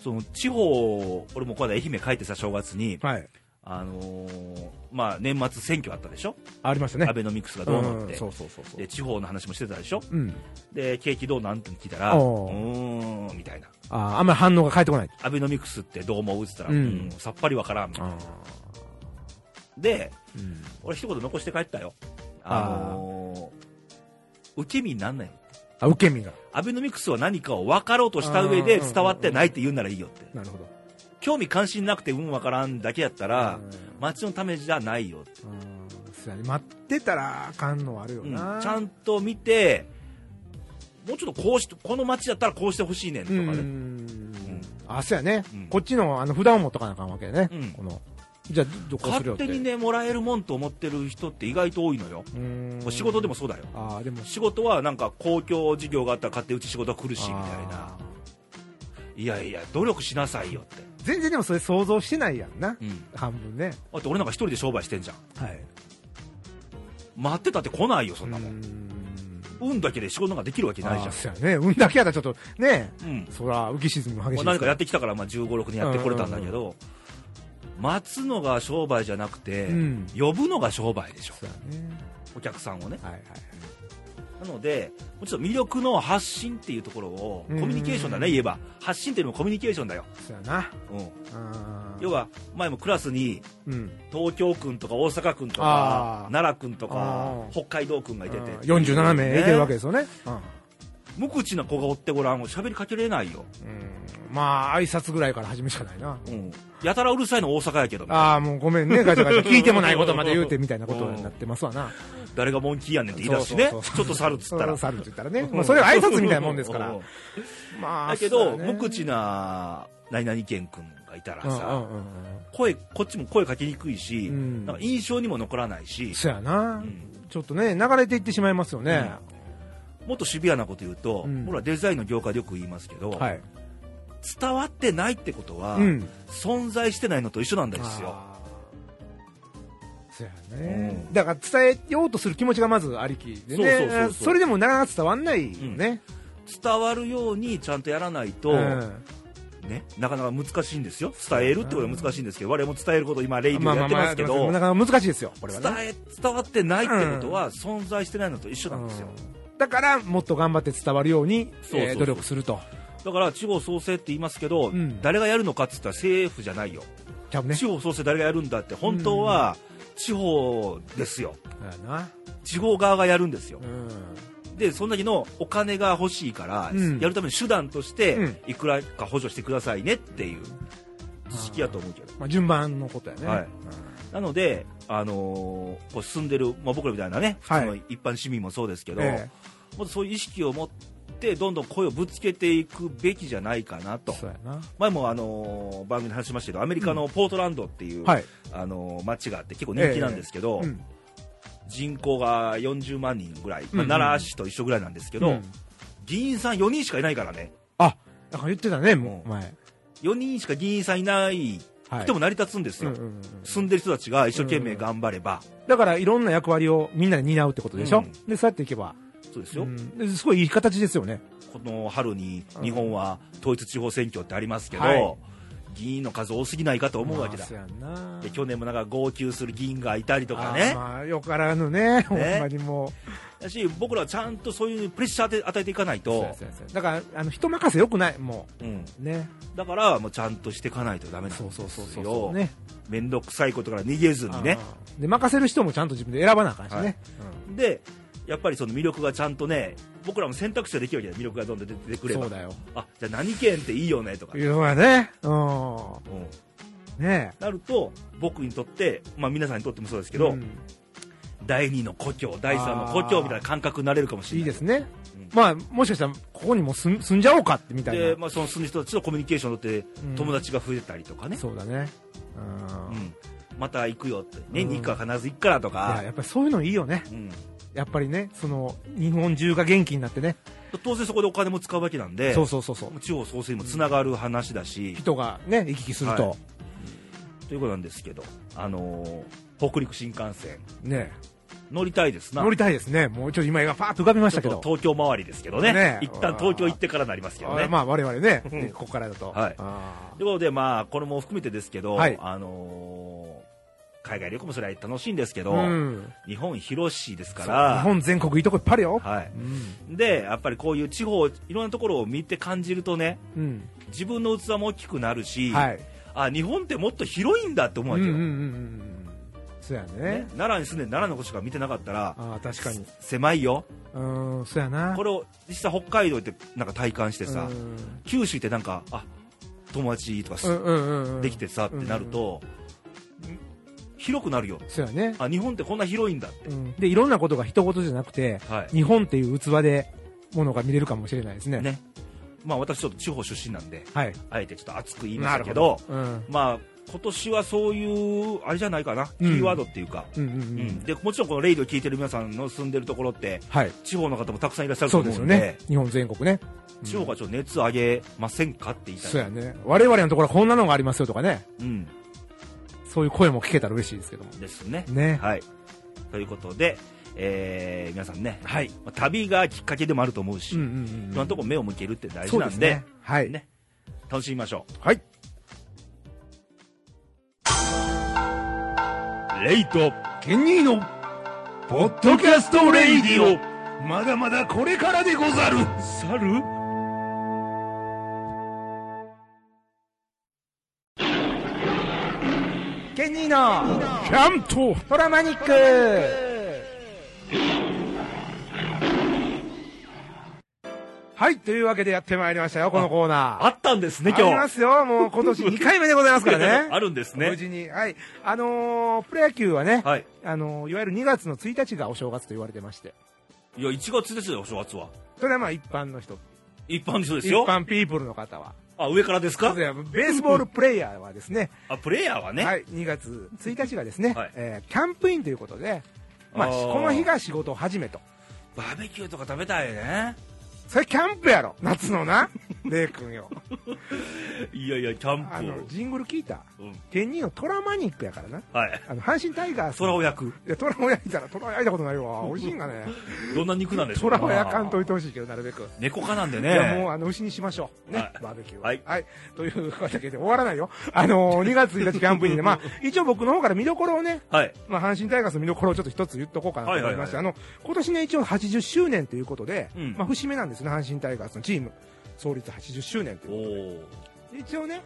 Speaker 1: その地方俺もこの間愛媛帰ってさ正月に、
Speaker 2: はい
Speaker 1: あのーまあ、年末選挙あったでしょ、
Speaker 2: ありましたね
Speaker 1: アベノミクスがどうのっ
Speaker 2: ん
Speaker 1: て、
Speaker 2: そうそうそうそう
Speaker 1: で地方の話もしてたでしょ、
Speaker 2: うん
Speaker 1: で景気どうなんって聞いたら、う
Speaker 2: おう
Speaker 1: ーんみたいな、
Speaker 2: あーあんまり反応が返ってこない
Speaker 1: アベノミクスってどう思うって言ったら、
Speaker 2: うん
Speaker 1: うんさっぱりわからん、
Speaker 2: あ
Speaker 1: で、
Speaker 2: ー、うん、
Speaker 1: 俺、一言残して帰ったよ、あのー受け身になんないよ、
Speaker 2: あ受け身が
Speaker 1: アベノミクスは何かを分かろうとした上で
Speaker 2: うんうんうん
Speaker 1: 伝わってないって言うならいいよって、
Speaker 2: なるほど
Speaker 1: 興味関心なくて、うん、わからんだけやったら、
Speaker 2: うん
Speaker 1: 街のためじゃないよって。
Speaker 2: うんそうやね待ってたらあかんのはあるよ
Speaker 1: うん
Speaker 2: な、
Speaker 1: ちゃんと見てもうちょっとこうしこの街だったらこうしてほしいねんと
Speaker 2: う
Speaker 1: か
Speaker 2: ん
Speaker 1: ね、
Speaker 2: あそうやね、
Speaker 1: うん
Speaker 2: こっちのあの札を持っとかなあかんわけやね、
Speaker 1: うん
Speaker 2: このじゃあどこうする
Speaker 1: 勝
Speaker 2: よって
Speaker 1: 手にねもらえるもんと思ってる人って意外と多いのよ
Speaker 2: うーん
Speaker 1: 仕事でもそうだよ
Speaker 2: ああでも
Speaker 1: 仕事はなんか公共事業があったら勝手にうち仕事が来るしみたいな
Speaker 2: あー
Speaker 1: いやいや努力しなさいよって、
Speaker 3: 全然でもそれ想像してないやんな、
Speaker 1: うん、
Speaker 3: 半分ね
Speaker 1: だって俺なんか一人で商売してんじゃん
Speaker 2: はい
Speaker 1: 待ってたって来ないよそんなも
Speaker 2: うんーん
Speaker 1: 運だけで仕事なんかできるわけないじゃ
Speaker 2: あーそうやね運だけやったらちょっとね
Speaker 1: んうん
Speaker 2: そら浮き沈みも激し
Speaker 1: まあ
Speaker 2: い
Speaker 1: 何かやっててきたからまあ1 5 6年やってこれたんだけど、待つのが商売じゃなくて、
Speaker 2: うん
Speaker 1: 呼ぶのが商売でしょ
Speaker 2: そうやね
Speaker 1: お客さんをね
Speaker 2: はいはい
Speaker 1: なのでもうちょっと魅力の発信っていうところをコ
Speaker 2: うん
Speaker 1: ミュニケーションだね言えば発信っていうのもコミュニケーションだよ、
Speaker 2: そうやな
Speaker 1: うん、
Speaker 2: あー
Speaker 1: 要は前もクラスに
Speaker 2: うん
Speaker 1: 東京君とか大阪君と
Speaker 2: あ
Speaker 1: か
Speaker 2: ー
Speaker 1: 奈良君とか
Speaker 2: あー
Speaker 1: 北海道君がいてて
Speaker 2: あー47名いてるわけ
Speaker 1: ね
Speaker 2: ですよねうん
Speaker 1: 無口な子がおってごらんもう喋りかけれないよ、
Speaker 2: うんまあ挨拶ぐらいから始めるしかないな
Speaker 1: うん、やたらうるさいの大阪やけど
Speaker 2: ああもうごめんねガチャガ チャ聞いてもないことまで言うてみたいなことになってますわな
Speaker 1: 誰がモンキーやねんって言い出すしね
Speaker 2: そうそうそう
Speaker 1: ちょっと猿っつったら
Speaker 2: 猿って言ったらね、まあ、それは挨拶みたいなもんですから
Speaker 1: うん
Speaker 2: まあ
Speaker 1: だけど、
Speaker 2: そうね
Speaker 1: 無口な何々県君がいたらさ、
Speaker 2: うんうんうん
Speaker 1: 声こっちも声かけにくいし、
Speaker 2: うん
Speaker 1: なんか印象にも残らない
Speaker 2: うん
Speaker 1: し、
Speaker 2: そやな、
Speaker 1: うん
Speaker 2: ちょっとね流れていってしまいますよね、
Speaker 1: もっとシビアなこと言うと、
Speaker 2: うん
Speaker 1: 僕らデザインの業界でよく言いますけど、
Speaker 2: はい
Speaker 1: 伝わってないってことは、
Speaker 2: うん
Speaker 1: 存在してないのと一緒なんですよ。
Speaker 2: あーそやね、
Speaker 1: うん
Speaker 2: だから伝えようとする気持ちがまずありき
Speaker 1: そ
Speaker 2: でね
Speaker 1: うそうそうそう
Speaker 2: れでもなかなか伝わんないよね、
Speaker 1: 伝わるようにちゃんとやらないと、
Speaker 2: うん
Speaker 1: ね、なかなか難しいんですよ。伝えるってことは難しいんですけど、我々も伝えること今、レイディオやってますけど、
Speaker 2: なかなか難しいですよこれはね
Speaker 1: 伝え伝わってないってことは存在してないのと一緒なんですよ、
Speaker 2: うんだからもっと頑張って伝わるように
Speaker 1: そうそうそう
Speaker 2: えー努力すると
Speaker 1: だから地方創生って言いますけど、
Speaker 2: うん
Speaker 1: 誰がやるのかって言ったら政府じゃないよ、
Speaker 2: 多分ね
Speaker 1: 地方創生誰がやるんだって本当は地方ですよ
Speaker 2: そうやな
Speaker 1: 地方側がやるんですよ
Speaker 2: う、ん
Speaker 1: でその時のお金が欲しいから、
Speaker 2: うん
Speaker 1: やるための手段としていくらか補助してくださいねっていう図式やと思うけど、
Speaker 2: まあ、順番のことやね、
Speaker 1: はい
Speaker 2: うん
Speaker 1: なので、あのーこう進んでる、まあ、僕らみたいなね普通の一般市民もそうですけど、
Speaker 2: え
Speaker 1: もっとそういう意識を持ってどんどん声をぶつけていくべきじゃないかな
Speaker 2: え
Speaker 1: と
Speaker 2: そうやな
Speaker 1: 前も、あのー番組で話しましたけどアメリカのポートランドっていう、
Speaker 2: はい、
Speaker 1: あのー街があって結構人気なんですけど、
Speaker 2: うん
Speaker 1: 人口が40万人ぐらい、
Speaker 2: うん
Speaker 1: ま
Speaker 2: う
Speaker 1: あ、
Speaker 2: ん
Speaker 1: 奈良市と一緒ぐらいなんですけど、
Speaker 2: うん
Speaker 1: 議員さん4人しかいないからね
Speaker 2: あなんか言ってたねも
Speaker 1: う
Speaker 2: うん前
Speaker 1: 4人しか議員さんいない
Speaker 2: は
Speaker 1: くても成り立つんです
Speaker 2: うん
Speaker 1: よ、
Speaker 2: うんうん
Speaker 1: 住んでる人たちが一生懸命頑張れば、
Speaker 2: だからいろんな役割をみんなで担うってことでしょ、
Speaker 1: うん
Speaker 2: でそうやっていけば、
Speaker 1: そうです
Speaker 2: う
Speaker 1: よ、
Speaker 2: ん、ですごいいい形ですよね
Speaker 1: この春に日本は統一地方選挙ってありますけど、
Speaker 2: はい
Speaker 1: 議員の数多すぎないかと思うわけだ、
Speaker 2: まあそうやんな
Speaker 1: で去年もなんか号泣する議員がいたりとか
Speaker 2: あー
Speaker 1: ね、
Speaker 2: まあよからぬねほんまにもう
Speaker 1: だし僕らはちゃんとそういうプレッシャーで与えていかない
Speaker 2: そうや
Speaker 1: と、
Speaker 2: そうやそうやだからあの人任せよくないも
Speaker 1: うん、
Speaker 2: うね
Speaker 1: だからもうちゃんとしていかないとダメなんですよ、
Speaker 2: ね
Speaker 1: 面倒くさいことから逃げずにね、
Speaker 2: あーで任せる人もちゃんと自分で選ばなあかんしね、
Speaker 1: はいでやっぱりその魅力がちゃんとね、僕らも選択肢ができるわけで、魅力がどんどん出てくれ
Speaker 2: そ
Speaker 1: ば
Speaker 2: う、だよ
Speaker 1: あじゃあ何県っていいよねとか、
Speaker 2: いうのはねう
Speaker 1: うん
Speaker 2: んね
Speaker 1: なると、僕にとって、まあ、皆さんにとってもそうですけど、
Speaker 2: うん
Speaker 1: 第二の故郷、第三の故郷みたいな感覚になれるかもしれ
Speaker 2: い
Speaker 1: ないい。
Speaker 2: ですね、
Speaker 1: うん
Speaker 2: まあもしかしたらここにも住ん住んじゃおうかってみたいな
Speaker 1: で、まあ、その住む人たちとコミュニケーションを取って、
Speaker 2: うん
Speaker 1: 友達が増えたりとかね、
Speaker 2: そうだね
Speaker 1: う
Speaker 2: うん
Speaker 1: ん、また行くよって年に1回は必ず行くからと
Speaker 2: いや
Speaker 1: か、
Speaker 2: やっぱりそういうのいいよね
Speaker 1: うん
Speaker 2: やっぱりねその日本中が元気になってね、
Speaker 1: 当然そこでお金も使うわけなんで
Speaker 2: そうそうそうそう
Speaker 1: 地方創生にもつながる話だし、
Speaker 2: 人がね行き来すると、
Speaker 1: はということなんですけど、あのー北陸新幹線
Speaker 2: ね
Speaker 1: 乗りたいですな
Speaker 2: 乗りたいですねもうちょっと今がパーッと浮かびましたけ
Speaker 1: ちょ
Speaker 2: ど
Speaker 1: っと東京周りですけどね
Speaker 2: ね
Speaker 1: 一旦東京行ってからなりますけど
Speaker 2: あ
Speaker 1: ね
Speaker 2: ーまあ我々ね
Speaker 1: うん
Speaker 2: ねここからだと、
Speaker 1: はい
Speaker 2: あ
Speaker 1: ということでまあこれも含めてですけど、
Speaker 2: はい
Speaker 1: あのー海外旅行もそれは楽しいんですけ
Speaker 2: ー
Speaker 1: ど、
Speaker 2: うん
Speaker 1: 日本広しですか
Speaker 2: 日
Speaker 1: ら
Speaker 2: 本全国いいとこいっぱいあるよ、
Speaker 1: はい
Speaker 2: うん
Speaker 1: でやっぱりこういう地方いろんなところを見て感じるとね
Speaker 2: うん
Speaker 1: 自分の器も大きくなるし、
Speaker 2: はい
Speaker 1: あ日本ってもっと広いんだって思う
Speaker 2: う
Speaker 1: わ
Speaker 2: んう
Speaker 1: け
Speaker 2: んう
Speaker 1: よ、
Speaker 2: んう
Speaker 1: ね
Speaker 2: んそうやね
Speaker 1: 奈良に住んで奈良のことしか見てなかったら
Speaker 2: ああ確かに
Speaker 1: 狭いよ
Speaker 2: うんそうやな
Speaker 1: これを実際北海道行ってなんか体感してさ、
Speaker 2: うん
Speaker 1: 九州行ってなんかあ友達とかす、
Speaker 2: うんうんうんうん
Speaker 1: できてさってなると、ん広くなるよ
Speaker 2: そうやね、
Speaker 1: あ日本ってこんな広いんだって、
Speaker 2: うん、でいろんなことが一言じゃなくて
Speaker 1: はい
Speaker 2: 日本っていう器でものが見れるかもしれないですね
Speaker 1: ねまあ、私ちょっと地方出身なんで
Speaker 2: はい
Speaker 1: あえてちょっと熱く言いましたけど
Speaker 2: うん
Speaker 1: まあ今年はそういう、あれじゃないかな、キーワードっていうか、
Speaker 4: うんうんう
Speaker 1: うん
Speaker 4: ん。
Speaker 1: でもちろんこのレイディを聞いてる皆さんの住んでるところって、
Speaker 4: はい。
Speaker 1: 地方の方もたくさんいらっしゃると
Speaker 4: そう
Speaker 1: 思う
Speaker 4: で
Speaker 1: の
Speaker 4: す
Speaker 1: で、
Speaker 4: よね。日本全国ね。
Speaker 1: 地方がちょっと熱上げませんかって言いたい、
Speaker 4: そうやね。我々のところはこんなのがありますよとかね。
Speaker 1: うん、
Speaker 4: そういう声も聞けたら嬉しいですけども。
Speaker 1: ですね。
Speaker 4: ね。
Speaker 1: はい、ということで、えー皆さんね、
Speaker 4: はい
Speaker 1: まあ旅がきっかけでもあると思うし、
Speaker 4: うん
Speaker 1: い
Speaker 4: うんうんうん。
Speaker 1: ろんなとこ目を向けるって大事
Speaker 4: そう
Speaker 1: な
Speaker 4: で
Speaker 1: ん
Speaker 4: す
Speaker 1: で、
Speaker 4: ね。はい。
Speaker 1: ね楽しみましょ
Speaker 4: はい。
Speaker 1: う。レイト
Speaker 4: ケニーの、ポッドキャストレイディオ。まだまだこれからでござる。
Speaker 1: 猿
Speaker 2: ケニーの
Speaker 4: キャント
Speaker 2: トラマニックはい、というわけでやってまいりましたよ、このコーナー。
Speaker 1: あったんですね、
Speaker 2: ありま
Speaker 1: 今日。。
Speaker 2: すよ、もう今年2回目でございますからね
Speaker 1: あるんです
Speaker 2: 無
Speaker 1: ね。
Speaker 2: 事に。はい。あのー、プロ野球はね、
Speaker 1: はい。
Speaker 2: あのー、いわゆる2月の1日がお正月と言われてまして、
Speaker 1: いや、1月ですよ、お正月は。
Speaker 2: それはまあ一般の人、
Speaker 1: 一般の人です
Speaker 2: 一
Speaker 1: よ。
Speaker 2: 般ピープルの方は、
Speaker 1: あ、上からです
Speaker 2: そ
Speaker 1: か
Speaker 2: れではベースボールプレイヤーはですね、
Speaker 1: あ、プレイヤーはね。
Speaker 2: はい、2月1日がですね、
Speaker 1: はい
Speaker 2: えーキャンプインということで、まあ、
Speaker 1: あー
Speaker 2: この日が仕事を始めと。
Speaker 1: バーベキューとか食べたいね。
Speaker 2: それキャンプやろ夏 のなレイ君よ
Speaker 1: いやいや、キャン
Speaker 2: あの
Speaker 1: プ。
Speaker 2: ジングル聞いた
Speaker 1: うん。
Speaker 2: 芸人のトラマニックやからな
Speaker 1: はい。
Speaker 2: あの阪神タイガース
Speaker 1: 空を焼く。
Speaker 2: いやトラを焼いたらトラを焼いたことな いわ美味しいんがね
Speaker 1: どんな肉なんでしょ
Speaker 2: ト
Speaker 1: う
Speaker 2: ラを焼かんといてほしいけどなるべく
Speaker 1: 猫科なんで
Speaker 2: いやもう
Speaker 1: ね。
Speaker 2: あの牛にしましょうね、
Speaker 1: はい
Speaker 2: バーベキューは
Speaker 1: はい
Speaker 2: というわけで終わらないよあのー、2月1日キャンプインで まあ一応僕の方から見どころをね
Speaker 1: はい。
Speaker 2: まあ、阪神タイガースの見どころをちょっと一つ言っとこうかなと思いまして、
Speaker 1: はいはいはい
Speaker 2: あの、今年ね、一応80周年ということで、
Speaker 1: うん
Speaker 2: まあ、節目なんですね、阪神タイガースのチーム。創立80周年という
Speaker 1: おー。
Speaker 2: 一応ね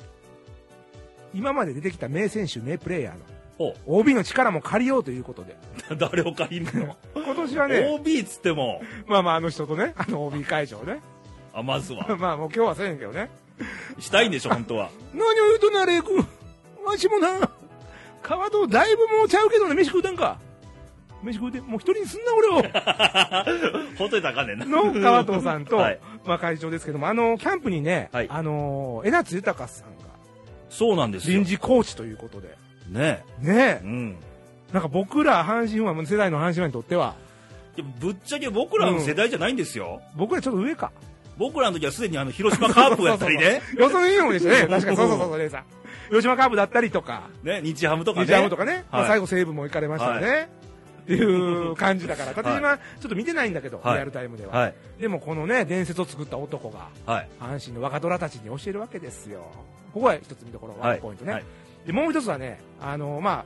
Speaker 2: 今まで出てきた名選手名プレイヤーの
Speaker 1: お
Speaker 2: OB の力も借りようということで
Speaker 1: 誰を借りるの
Speaker 2: 今年はね
Speaker 1: ?OB っつっても、
Speaker 2: まあまああの人とねあの OB 会場ね
Speaker 1: あ、まずは。
Speaker 2: まあもう今日はせえへんけどね
Speaker 1: したいんでしょ、本当は。
Speaker 2: 何を言うとんなレイ君わしもな川戸だいぶもうちゃうけどね飯食うたんか飯食うてもう一人にすんな俺を
Speaker 1: ほっといたらあかんねんな。
Speaker 2: の川戸さんと、
Speaker 1: はい
Speaker 2: まあ会長ですけどもあのキャンプにね、
Speaker 1: はい
Speaker 2: あの江夏豊さんが
Speaker 1: そうなんですよ
Speaker 2: 臨。時コーチということで
Speaker 1: ね
Speaker 2: ね
Speaker 1: え。う
Speaker 2: え
Speaker 1: ん。
Speaker 2: なんか僕ら阪神ファン世代の阪神ファンにとっては
Speaker 1: でもぶっちゃけ僕らの世代じゃないんですよ。
Speaker 2: 僕らちょっと上か
Speaker 1: 僕らの時はすでにあの、広島カープやったり ね。
Speaker 2: 予想のユニフォームで したね。確かに。そうそうそうそう、レイさん。広島カープだったりとか、
Speaker 1: ね、日ハムとかね。
Speaker 2: 日ジャムとかね、まあ
Speaker 1: はい
Speaker 2: 最後西武も行かれましたよね。っていう感じだから。
Speaker 1: い
Speaker 2: 縦島、ちょっと見てないんだけど、
Speaker 1: はい
Speaker 2: リアルタイムでは。
Speaker 1: はい。
Speaker 2: でもこのね、伝説を作った男が、
Speaker 1: はい。
Speaker 2: 阪神の若虎たちに教えるわけですよ。ここは一つ見どころ、ワ
Speaker 1: は
Speaker 2: ン
Speaker 1: い。
Speaker 2: ポイントね。
Speaker 1: はい
Speaker 2: で、もう一つはね、あの、まあ、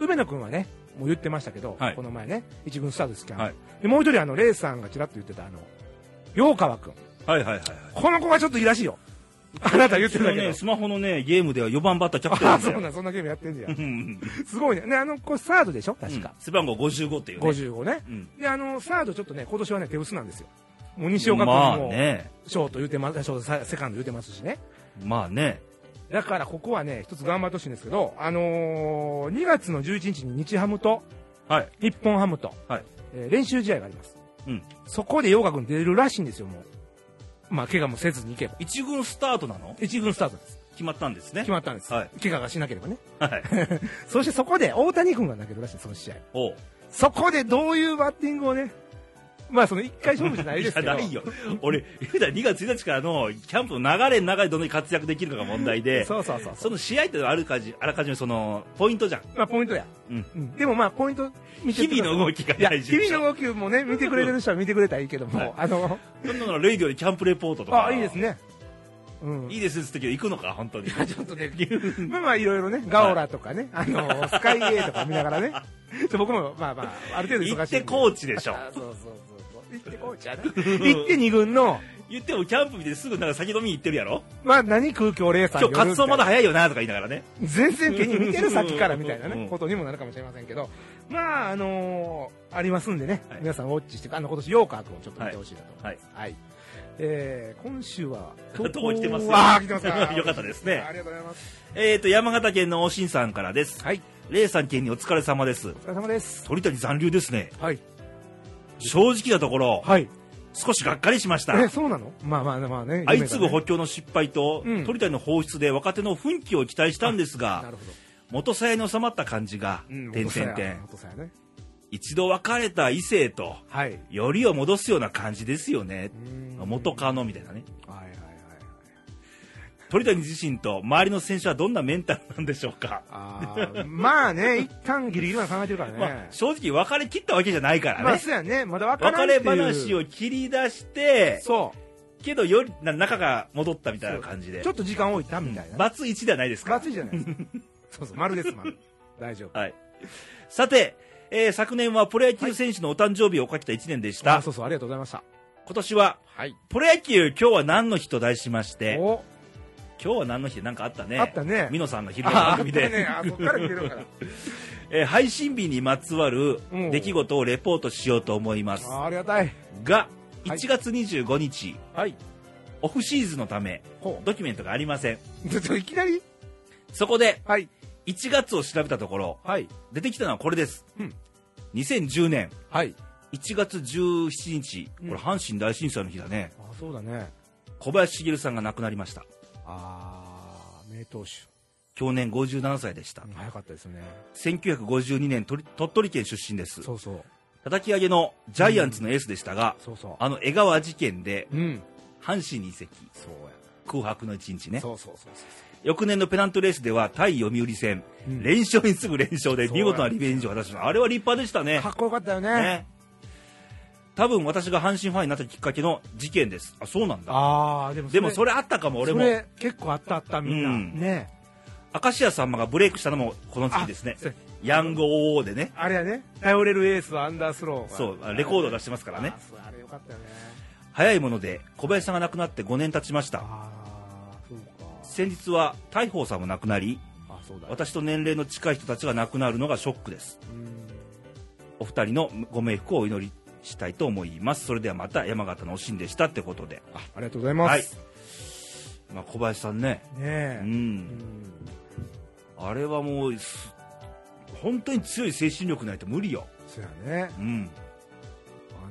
Speaker 2: 梅野くんはね、もう言ってましたけど、
Speaker 1: はい
Speaker 2: この前ね、一軍スタートですキャン、
Speaker 1: はい
Speaker 2: で、もう一人、あの、レイさんがちらっと言ってた、あの、洋川くん。
Speaker 1: はいはいはいはい。
Speaker 2: この子がちょっといいらしいよ。あなた言ってた
Speaker 1: う
Speaker 2: け
Speaker 1: ちの
Speaker 2: ど
Speaker 1: ね、。スマホのね、ゲームでは4番バッターキャプテン
Speaker 2: あ
Speaker 1: な
Speaker 2: あ、
Speaker 1: んだ
Speaker 2: そう
Speaker 1: よ
Speaker 2: なん、そんなゲームやってんじゃ。
Speaker 1: うんん。
Speaker 2: すごいね。ね、あの、これサードでしょ確か。
Speaker 1: 背番号55っていうね。
Speaker 2: 55ね。
Speaker 1: うん。
Speaker 2: で、あの、サードちょっとね、今年はね、手薄なんですよ。もう西岡君
Speaker 1: まあ
Speaker 2: も、
Speaker 1: ね。
Speaker 2: ショート言うてます、ショートさ、セカンド言うてますしね。
Speaker 1: まあね。
Speaker 2: だからここはね、一つ頑張ってほしいんですけど、あのー、2月の11日に日ハムと、
Speaker 1: はい。
Speaker 2: 日本ハムと、
Speaker 1: はい
Speaker 2: えー練習試合があります。
Speaker 1: うん。
Speaker 2: そこで洋賀君出るらしいんですよ、もう。まあ、怪我もせずにいけば。
Speaker 1: 一軍スタートなの
Speaker 2: 1軍スタートです。
Speaker 1: 決まったんですね。
Speaker 2: 決まったんです。
Speaker 1: はい
Speaker 2: 怪我がしなければね。
Speaker 1: はい。
Speaker 2: そしてそこで大谷君が投げるらしい、その試合。
Speaker 1: おう
Speaker 2: そこでどういうバッティングをね、まあその一回勝負じゃないですけ
Speaker 1: や
Speaker 2: ど、
Speaker 1: ないよ。俺、普段2月1日からのキャンプの流れの中でどのように活躍できるかが問題で、
Speaker 2: そうそうそう
Speaker 1: その試合ってあるかじあらかじめそのポイントじゃん。
Speaker 2: まあポイントや、
Speaker 1: うん
Speaker 2: でもまあポイント見て
Speaker 1: 日々の動きが
Speaker 2: いや
Speaker 1: 大事
Speaker 2: 日
Speaker 1: でしょ
Speaker 2: 々の動きもね、見てくれる人は見てくれたらいいけども、
Speaker 1: はい
Speaker 2: あの、
Speaker 1: そんなのレイディオでキャンプレポートとか。
Speaker 2: あ、いいです。ね。うん。
Speaker 1: いいですって言うけど行くのか、本当に。
Speaker 2: ちょっとね、 まあまあいろいろね、ガオラとかね、あの、スカイゲーとか見なが らね、ちょっと僕もまあまあ、ある程度忙しいんで。
Speaker 1: 行ってコーチでしょ。
Speaker 2: あそうそうそうそう。行ってコーチやな。行って二軍の、
Speaker 1: 言ってもキャンプ見てすぐなんか先飲みに行ってるやろ
Speaker 2: まあ何空気をレーサー
Speaker 1: 今日カツオまだ早いよなとか言いながらね。
Speaker 2: 全然手に見てる先からみたいな
Speaker 1: うんうんう
Speaker 2: ね
Speaker 1: ん、
Speaker 2: ことにもなるかもしれませんけど、まあ、あのーありますんでね、
Speaker 1: はい
Speaker 2: 皆さんウォッチして、あの、今年、ヨーカー君をちょっと見てほしいなと思います。
Speaker 1: は
Speaker 2: はいい。えー、今 週は、
Speaker 1: 投稿来てますよ
Speaker 2: あー来てますか
Speaker 1: よかったですね
Speaker 2: ありがとうございます。
Speaker 1: えーと、山形県のおしんさんからです。
Speaker 2: はい。
Speaker 1: レイさん県にお疲れ様です。
Speaker 2: お疲れ様です。
Speaker 1: 鳥谷残留ですね。
Speaker 2: はい。
Speaker 1: 正直なところ、
Speaker 2: はい。
Speaker 1: 少しがっかりしました
Speaker 2: え、そうなのまあまあまあね。
Speaker 1: 相次ぐ
Speaker 2: 夢が
Speaker 1: 補
Speaker 2: ね
Speaker 1: 強の失敗と、
Speaker 2: うん
Speaker 1: 鳥谷の放出で若手の奮起を期待したんです
Speaker 2: な
Speaker 1: が
Speaker 2: るほど。
Speaker 1: 元さやに収まった感じが、
Speaker 2: うん
Speaker 1: 点々点
Speaker 2: 元さや元さやね。
Speaker 1: 一度別れた異性と
Speaker 2: はい。う
Speaker 1: よりを戻すような感じですよね
Speaker 2: ーん
Speaker 1: 元カノみたいなね
Speaker 2: はいはいはいはい。
Speaker 1: 鳥谷自身と周りの選手はどんなメンタルなんでしょうか、
Speaker 2: あーまあね、 一旦ギリギリまで考えてるからね。
Speaker 1: まあ、正直別れ切ったわけじゃないからね、
Speaker 2: まあ、そうやね。まだ分から
Speaker 1: 別
Speaker 2: んってい
Speaker 1: れ
Speaker 2: う
Speaker 1: 話を切り出して
Speaker 2: そう。
Speaker 1: けどよりな仲が戻ったみたいな感じで
Speaker 2: ちょっと時間置いたみたいな。
Speaker 1: バツ1ではないですか
Speaker 2: バツイじゃないですか。そうそう、丸です、丸。大丈夫。
Speaker 1: はい、さて、えー昨年はプロ野球選手のお誕生日をかけた1年でした、
Speaker 2: あ、そうそう、ありがとうございました。
Speaker 1: 今年は
Speaker 2: はい。
Speaker 1: プロ野球今日は何の日と題しまして
Speaker 2: お
Speaker 1: 今日は何の日でなんかあったね
Speaker 2: あったね
Speaker 1: 美濃さんの昼の番組
Speaker 2: ああったね
Speaker 1: で、
Speaker 2: あそっから来て るから。
Speaker 1: えー配信日にまつわる
Speaker 2: うん
Speaker 1: 出来事をレポートしようと思います
Speaker 2: あーありがたい。
Speaker 1: が
Speaker 2: はい
Speaker 1: 1月25日、
Speaker 2: はい。
Speaker 1: オフシーズンのため
Speaker 2: ほ
Speaker 1: ドキュメントがありません
Speaker 2: う。ちょっといきなり
Speaker 1: そこで
Speaker 2: はい。
Speaker 1: 1月を調べたところ
Speaker 2: はい。
Speaker 1: 出てきたのはこれです、
Speaker 2: うん
Speaker 1: 2010年
Speaker 2: はい。
Speaker 1: 1月17日こ
Speaker 2: うん
Speaker 1: れ阪神大震災の日だね、
Speaker 2: あ、そうだね。
Speaker 1: 小林茂さんが亡くなりました
Speaker 2: あー、名投手。
Speaker 1: 去年57歳でした、
Speaker 2: うん早かったですね。
Speaker 1: 1952年鳥鳥取県出身です
Speaker 2: そうそう。
Speaker 1: 叩き上げのジャイアンツのエースでしたが、
Speaker 2: そうそう。
Speaker 1: あの江川事件で
Speaker 2: うん。
Speaker 1: 阪神に移籍
Speaker 2: そう
Speaker 1: 空白の1日
Speaker 2: や。
Speaker 1: ね
Speaker 2: そうそうそうそう。
Speaker 1: 翌年のペナントレースでは対読売戦、
Speaker 2: うん
Speaker 1: 連勝に次ぐ連勝で
Speaker 2: そう
Speaker 1: 見
Speaker 2: や
Speaker 1: 事なリベンジを果たしましたあれは立派でしたね
Speaker 2: かっこよかったよね。
Speaker 1: ね多分私が阪神ファンになったきっかけの事件ですあそうなんだ
Speaker 2: あー、でも
Speaker 1: でもそ
Speaker 2: れ、
Speaker 1: れあったかも俺も
Speaker 2: それ結構あったあったみんな。
Speaker 1: うん
Speaker 2: ね
Speaker 1: 明石家さんまがブレイクしたのもこの時期ですね
Speaker 2: そう
Speaker 1: ヤング OO でね
Speaker 2: あれやね。頼れるエースはアンダースローが。
Speaker 1: そうあレコードを出してますからね
Speaker 2: あそうあれよかったよね。
Speaker 1: 早いもので小林さんが亡くなって5年経ちました
Speaker 2: あー、そうか。
Speaker 1: 先日は大鵬さんも亡くなり
Speaker 2: あ、そうだ。
Speaker 1: 私と年齢の近い人たちが亡くなるのがショックです
Speaker 2: うん
Speaker 1: お二人のご冥福をお祈りしたいと思いますそれではまた山形のおしんでしたってことで、
Speaker 2: あありがとうございま
Speaker 1: はい
Speaker 2: す。
Speaker 1: まあ、小林さんね
Speaker 2: ねえ
Speaker 1: う。
Speaker 2: うんん
Speaker 1: あれはもうす本当に強い精神力ないと無理よ、
Speaker 2: そうやね。
Speaker 1: うん、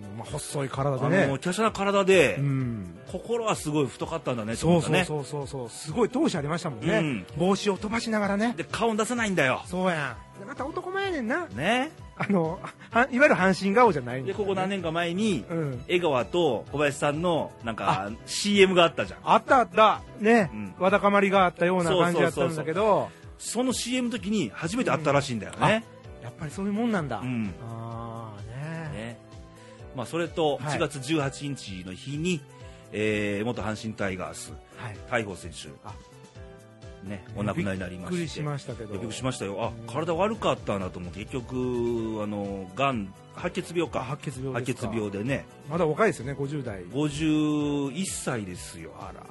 Speaker 2: あの、まあ、細い
Speaker 1: あ
Speaker 2: 体で
Speaker 1: の
Speaker 2: ね。
Speaker 1: 華奢な体で、
Speaker 2: うん。
Speaker 1: 心はすごい太かったんだねと
Speaker 2: そ
Speaker 1: 思
Speaker 2: う
Speaker 1: った
Speaker 2: そう
Speaker 1: ね
Speaker 2: そうそうそう。すごい闘志ありましたもんね。
Speaker 1: うん
Speaker 2: 帽子を飛ばしながらね。
Speaker 1: で顔出さないんだよ
Speaker 2: そうやん。でまた男前やねんな。
Speaker 1: ね
Speaker 2: あの、はいわゆる阪神顔じゃないんだ
Speaker 1: で
Speaker 2: よね
Speaker 1: ここ何年か前に
Speaker 2: うん。
Speaker 1: 江川と小林さんのなんか CM があったじゃん
Speaker 2: あったあった。ね。
Speaker 1: うん
Speaker 2: わだかまりがあったような感じだったんだけど、
Speaker 1: その CM の時に初めて会ったらしいんだよね、
Speaker 2: やっぱりそういうもんなんだ。
Speaker 1: うん
Speaker 2: ああ、ね
Speaker 1: ねまあ、それと
Speaker 2: は
Speaker 1: 1
Speaker 2: い
Speaker 1: 月18日の日に、えー元阪神タイガース
Speaker 2: はい。
Speaker 1: 大鵬選手
Speaker 2: あ
Speaker 1: ね、お亡くなりになりまして
Speaker 2: びっくりしましたけど。
Speaker 1: びっくりしましたよあ体悪かったなと思って結局あのがん白血病
Speaker 2: あ
Speaker 1: か
Speaker 2: 白血病
Speaker 1: 白
Speaker 2: です
Speaker 1: 血
Speaker 2: か
Speaker 1: 病でね
Speaker 2: まだ若いですよね、50代。
Speaker 1: 51歳ですよ
Speaker 2: あら。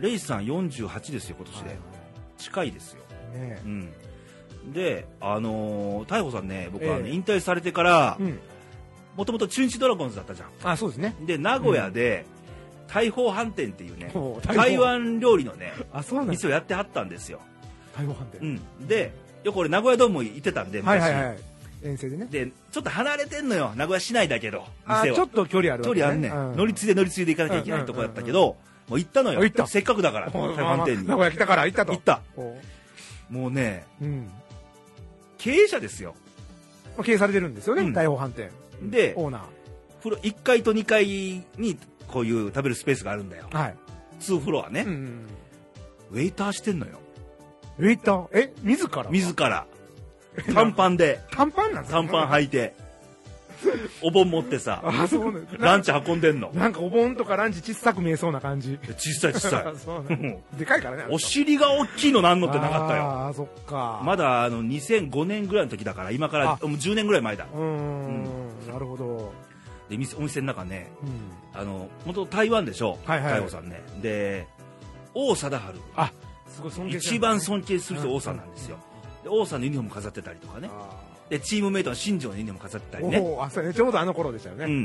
Speaker 1: レイさん48ですよ今年で、近いですよ、
Speaker 2: ね
Speaker 1: うん、であのー大鵬さんね僕は、ね
Speaker 2: ええ
Speaker 1: 引退されてから
Speaker 2: うん。
Speaker 1: もともと中日ドラゴンズだったじゃん
Speaker 2: あ、そうですね。
Speaker 1: で名古屋で大砲飯店って いうね、
Speaker 2: ほう
Speaker 1: 台。湾料理の ね
Speaker 2: あ、そうなんです
Speaker 1: 店をやってはったんですよ、
Speaker 2: 台湾で。
Speaker 1: うん、でよく俺名古屋ドーム行ってたんで
Speaker 2: は
Speaker 1: 昔、
Speaker 2: いはいはい。遠征でね。
Speaker 1: でちょっと離れてんのよ名古屋市内だけど
Speaker 2: あ、
Speaker 1: 店
Speaker 2: ちょ
Speaker 1: は
Speaker 2: っと距離ある
Speaker 1: 距
Speaker 2: わけ
Speaker 1: 離あるね、
Speaker 2: うん
Speaker 1: 乗り継いで乗り継いで行かなきゃいけないとこやったけど、もう行ったのよ
Speaker 2: あ行った
Speaker 1: せっかくだから
Speaker 2: ほう
Speaker 1: 台湾店に
Speaker 2: まあまあ名古屋来たから行ったと。
Speaker 1: 行った
Speaker 2: ほ
Speaker 1: もうね
Speaker 2: う。うん。ま
Speaker 1: 経営者ですよ
Speaker 2: あ経営されてるんですよ
Speaker 1: う
Speaker 2: ね、
Speaker 1: ん
Speaker 2: 大鵬飯店。
Speaker 1: で
Speaker 2: オーナ
Speaker 1: 風呂1階と2階にこういう食べるスペースがあるんだよ
Speaker 2: ー。はい。
Speaker 1: 2フロアね、
Speaker 2: うん。
Speaker 1: ウェイターしてんのよ
Speaker 2: ウェイター、え、自ら
Speaker 1: 自ら短パンで
Speaker 2: 短パンなんですか
Speaker 1: 短パン履い てお盆持ってさ
Speaker 2: あ、そうなん
Speaker 1: ラ
Speaker 2: な
Speaker 1: ンチ運んでんの
Speaker 2: なんかお盆とかランチ小さく見えそうな感じ。
Speaker 1: 小さい小さ
Speaker 2: そうない
Speaker 1: うんん
Speaker 2: でかいからね。
Speaker 1: お尻が大きいのなんの
Speaker 2: 乗
Speaker 1: ってなかったよ
Speaker 2: あーそっか。
Speaker 1: まだあの2005年ぐらいの時だから今からも
Speaker 2: あ
Speaker 1: う10年ぐらい前だ
Speaker 2: うーん、なるほど。
Speaker 1: で店お店の中ね
Speaker 2: うん。
Speaker 1: あの元々台湾でしょ
Speaker 2: はいはい
Speaker 1: 太陽さんねで王貞治
Speaker 2: あ、すごい尊敬して
Speaker 1: 一
Speaker 2: る
Speaker 1: 番尊敬する人王さんなんですよで王さんのユニフォーム飾ってたりとかね
Speaker 2: あ
Speaker 1: でチームメイトの新庄のユニフォーム飾ってた
Speaker 2: ー
Speaker 1: りね
Speaker 2: おーあ、そうやね。ちょうどあの頃でしたよね。
Speaker 1: う
Speaker 2: うん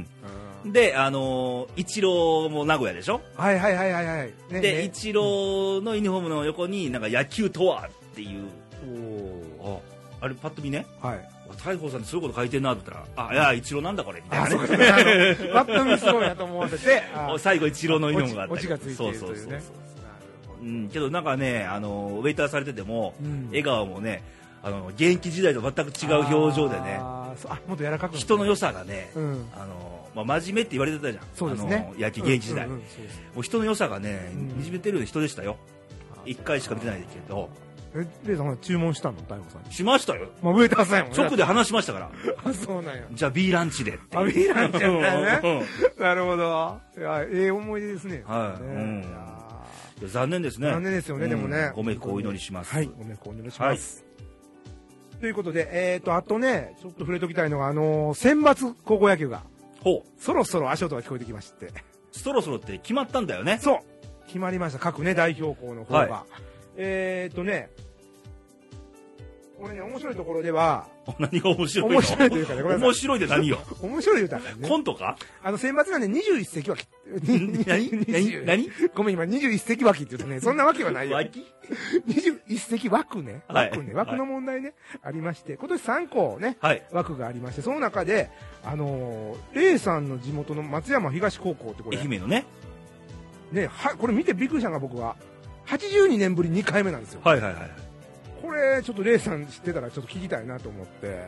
Speaker 1: んであのイチローも名古屋でしょ
Speaker 2: はいはいはいはいはい。ね
Speaker 1: で、
Speaker 2: ね
Speaker 1: イチローのユニフォームの横に、なんか野球とはっていう、
Speaker 2: おー
Speaker 1: ああれ、パッと見ね、
Speaker 2: はい。
Speaker 1: 大鵬さんってそういうこと書いてんなと思ったら「あいや一郎なんだこれ」みたいな
Speaker 2: あ、
Speaker 1: ね
Speaker 2: そうか、そうかあのワップンすごいなと思わせて、あ
Speaker 1: お最後一郎のユニフォームがあった
Speaker 2: オチオチがついている
Speaker 1: そ
Speaker 2: と
Speaker 1: う
Speaker 2: い
Speaker 1: そうう
Speaker 2: ね
Speaker 1: そう。うん、けどなんかねあのウェイターされてても、
Speaker 2: うん
Speaker 1: 笑顔もねあの現役時代と全く違う表情でね
Speaker 2: あーそうあもっと柔らかく。
Speaker 1: 人の良さがね、
Speaker 2: うん
Speaker 1: あのまあ、真面目って言われてたじゃん
Speaker 2: そうですね
Speaker 1: あの野球現役時代、
Speaker 2: うんうんうんそうです
Speaker 1: もう人の良さがね、
Speaker 2: うん
Speaker 1: にじめてる人でしたよ
Speaker 2: あー
Speaker 1: 1回しか見てないけど
Speaker 2: え、レイさんほら注文したの大悟さんに。
Speaker 1: しましたよ
Speaker 2: まあ、ウェイターさんやもんね
Speaker 1: 直で話しましたから
Speaker 2: あ、 そうなんや。
Speaker 1: じゃあ B ランチでって
Speaker 2: あ、ビーランちゃんだ
Speaker 1: うんうん
Speaker 2: よね。なるほど。いや、ええ思い出ですね。
Speaker 1: はい
Speaker 2: ね
Speaker 1: うん
Speaker 2: や
Speaker 1: いや残念ですね
Speaker 2: 残念ですよね
Speaker 1: うん
Speaker 2: でもね
Speaker 1: ご冥福をお祈りしま
Speaker 2: ー
Speaker 1: す、
Speaker 2: はい、ごめん、お願いします。ということで、えっと、あとね、ちょっと触れときたいのが、あのー、選抜高校野球が、
Speaker 1: ほう
Speaker 2: そろそろ足音が聞こえてきまして。
Speaker 1: そろそろって決まったんだよね
Speaker 2: そう決まりました、各ね、代表校の方が。
Speaker 1: はい
Speaker 2: えーっとね、これね、面白いところでは、
Speaker 1: 何が面白いの
Speaker 2: 面白いというかねごめんなさい
Speaker 1: 面白いで何よ
Speaker 2: 面白い言うたらね
Speaker 1: コ、ントか
Speaker 2: あの、選抜なんで21世紀脇。
Speaker 1: 何何何
Speaker 2: ごめん、今21世紀脇って言 うとね、そんなわけはないよ。
Speaker 1: 脇
Speaker 2: 21世紀枠ね。
Speaker 1: はい
Speaker 2: 枠ね。枠の問題ね、ありまして、今年3校ね、
Speaker 1: はい
Speaker 2: 枠がありまして、その中で、あのー、レイさんの地元の松山東高校ってこれ、
Speaker 1: 愛媛のね
Speaker 2: ね、は、これ見てびっくりしたのが僕は、82年ぶり2回目なんですよ。
Speaker 1: はいはいはい
Speaker 2: これ、ちょっとレイさん知ってたらちょっと聞きたいなと思って、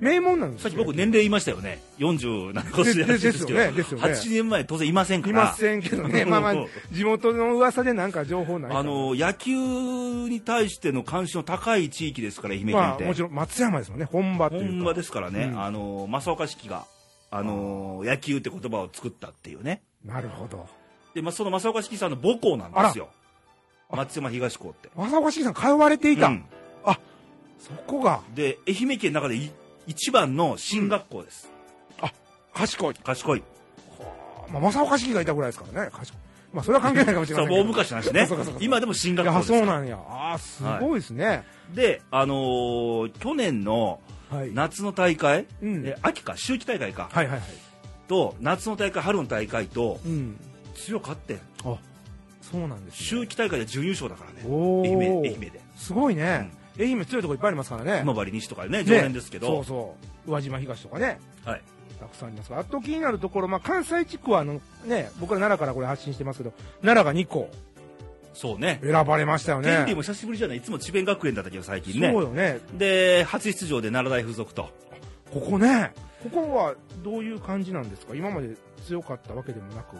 Speaker 2: 名門なんです
Speaker 1: さ
Speaker 2: よ。
Speaker 1: っき僕年齢言いましたよね47個
Speaker 2: で
Speaker 1: ら
Speaker 2: で
Speaker 1: しいで
Speaker 2: です
Speaker 1: す
Speaker 2: よ
Speaker 1: けど
Speaker 2: ね、ですよね。
Speaker 1: 8年前当然いませんか
Speaker 2: い
Speaker 1: ら
Speaker 2: ませんけどね、まあまあ、地元の噂でなんか情報ないかな
Speaker 1: あの野球に対しての関心の高い地域ですから愛媛県
Speaker 2: ま
Speaker 1: っ
Speaker 2: あ、もち
Speaker 1: て
Speaker 2: ろん松山ですもんね、本場というか。
Speaker 1: 本場ですからね、
Speaker 2: うん
Speaker 1: あの正岡式があの野球って言葉を作ったっていうね
Speaker 2: なるほど。
Speaker 1: で、まあ、その正岡式さんの母校なんですよ松山東高って
Speaker 2: 正岡式さん通われていた。
Speaker 1: うん
Speaker 2: そこが、
Speaker 1: で愛媛県の中でい一番の進学校です、
Speaker 2: 賢い。
Speaker 1: 賢い
Speaker 2: まあ、正岡式がいたぐらいですからね、賢い。まあ、それは関係ないかもしれ
Speaker 1: さ
Speaker 2: ま
Speaker 1: あ
Speaker 2: せん け
Speaker 1: も
Speaker 2: ど。
Speaker 1: う昔の話ね
Speaker 2: そうかそうかそうか
Speaker 1: 今でも進
Speaker 2: い
Speaker 1: 学校
Speaker 2: や、
Speaker 1: です
Speaker 2: そうなんや。ああ、すごいですね。
Speaker 1: で、あのー去年の
Speaker 2: はい。
Speaker 1: 夏の大会、
Speaker 2: うん
Speaker 1: え秋か秋季大会か、
Speaker 2: はいはいはい。
Speaker 1: と夏の大会春の大会と
Speaker 2: うん。
Speaker 1: 強かってん
Speaker 2: あ、そうなんです、ね。
Speaker 1: 秋季大会で準優勝だからね
Speaker 2: おー
Speaker 1: 愛媛愛媛です
Speaker 2: ごいね。愛媛強いとこいっぱいありますからね。
Speaker 1: 今治西とかね
Speaker 2: ね
Speaker 1: 常連ですけ
Speaker 2: そ
Speaker 1: ど
Speaker 2: う、そう。宇和島東とかね。
Speaker 1: はい、
Speaker 2: たくさんありますがあと気になるところ、まあ、関西地区はあの、ね、僕ら奈良からこれ発信してますけど、奈良が2校
Speaker 1: そうね
Speaker 2: 選ばれましたよね。
Speaker 1: ケンティーも久しぶりじゃないいつも智弁学園だったけど最近ね
Speaker 2: そうよね。
Speaker 1: で初出場で奈良大附属と
Speaker 2: ここね。ここはどういう感じなんですか今まで強かったわけでもなく。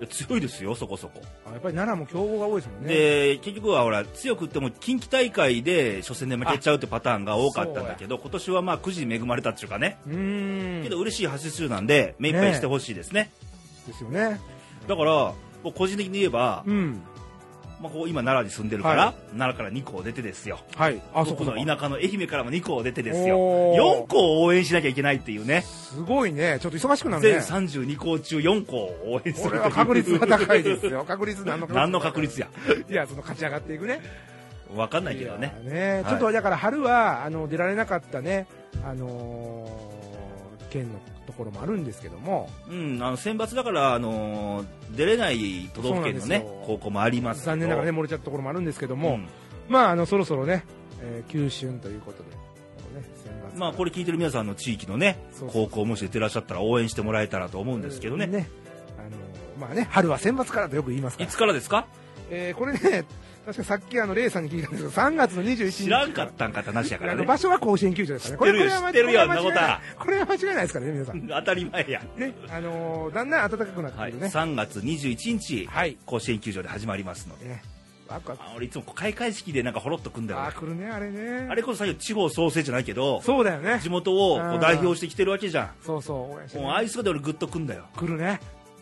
Speaker 1: いや強いですよそこそこ、
Speaker 2: あやっぱり奈良も強豪が多いですもんね。
Speaker 1: で結局はほら強くっても近畿大会で初戦で負けちゃうってパターンが多かったんだけど今年はまあくじに恵まれたっていうかね
Speaker 2: うーん。
Speaker 1: けど嬉しい発出なんで目いっぱいしてほしいですね
Speaker 2: ですよね。
Speaker 1: だからもう個人的に言えば、
Speaker 2: うん。
Speaker 1: まあ、こう今奈良に住んでるから、
Speaker 2: は
Speaker 1: 奈良から2校出てですよ
Speaker 2: はい。あ、そ
Speaker 1: 僕
Speaker 2: こそ
Speaker 1: の
Speaker 2: こ。
Speaker 1: 田舎の愛媛からも2校出てですよ
Speaker 2: おー
Speaker 1: 4校を応援しなきゃいけないっていうね
Speaker 2: すごいね。ちょっと忙しくなるね
Speaker 1: 全。32校中4校を応援するい
Speaker 2: ことれ
Speaker 1: う
Speaker 2: は確率が高いですよ。確率何の確率
Speaker 1: 何の確率や
Speaker 2: いや、その勝ち上がっていくね。
Speaker 1: 分かんないけどね
Speaker 2: いやー
Speaker 1: はい
Speaker 2: ちょっとだから春は、あの、出られなかったね、あのー県のところもあるんですけども、
Speaker 1: うん、あの選抜だから、あのー出れない都道府県のね
Speaker 2: そうなんですよ
Speaker 1: 高校もありますけど
Speaker 2: 残念ながらね、漏れちゃったところもあるんですけど
Speaker 1: うん
Speaker 2: も、まあ、あの、そろそろね、えー、九春ということで、このね、選抜
Speaker 1: まあ、これ聞いてる皆さんの地域のね
Speaker 2: そうそう
Speaker 1: 高校もし出てらっしゃったら応援してもらえたらと思うんですけどね,、
Speaker 2: あのーまあね、春は選抜からとよく言いますか
Speaker 1: い
Speaker 2: ら。
Speaker 1: つからですか
Speaker 2: えーこれね、確かさっきあの、レイさんに聞いたんですけど、3月の21日。
Speaker 1: 知らんかったんかって話やから
Speaker 2: あの
Speaker 1: ね
Speaker 2: 場所は甲子園球場ですからね。こ
Speaker 1: 知ってるよ
Speaker 2: こは
Speaker 1: 知ってるよ
Speaker 2: これは間違いいこれは間違いないですからね、皆さん。
Speaker 1: 当たり前や、
Speaker 2: ね、あのーだんだん暖かくなってく
Speaker 1: はい、
Speaker 2: るね。
Speaker 1: 3月21日、
Speaker 2: はい
Speaker 1: 甲子園球場で始まりますので
Speaker 2: ね、ワクワク
Speaker 1: あ俺いつもこう開会式でなんかほろっとくんだよ
Speaker 2: あ
Speaker 1: ね
Speaker 2: ー来るねあれね
Speaker 1: あれこそ最後地方創生じゃないけど
Speaker 2: そうだよね
Speaker 1: 地元をこ
Speaker 2: あー
Speaker 1: う代表してきてるわけじゃ
Speaker 2: そうそう応援し
Speaker 1: ん
Speaker 2: て、
Speaker 1: もうああ
Speaker 2: ね、
Speaker 1: いう姿で俺グッとくんだよ
Speaker 2: 来るね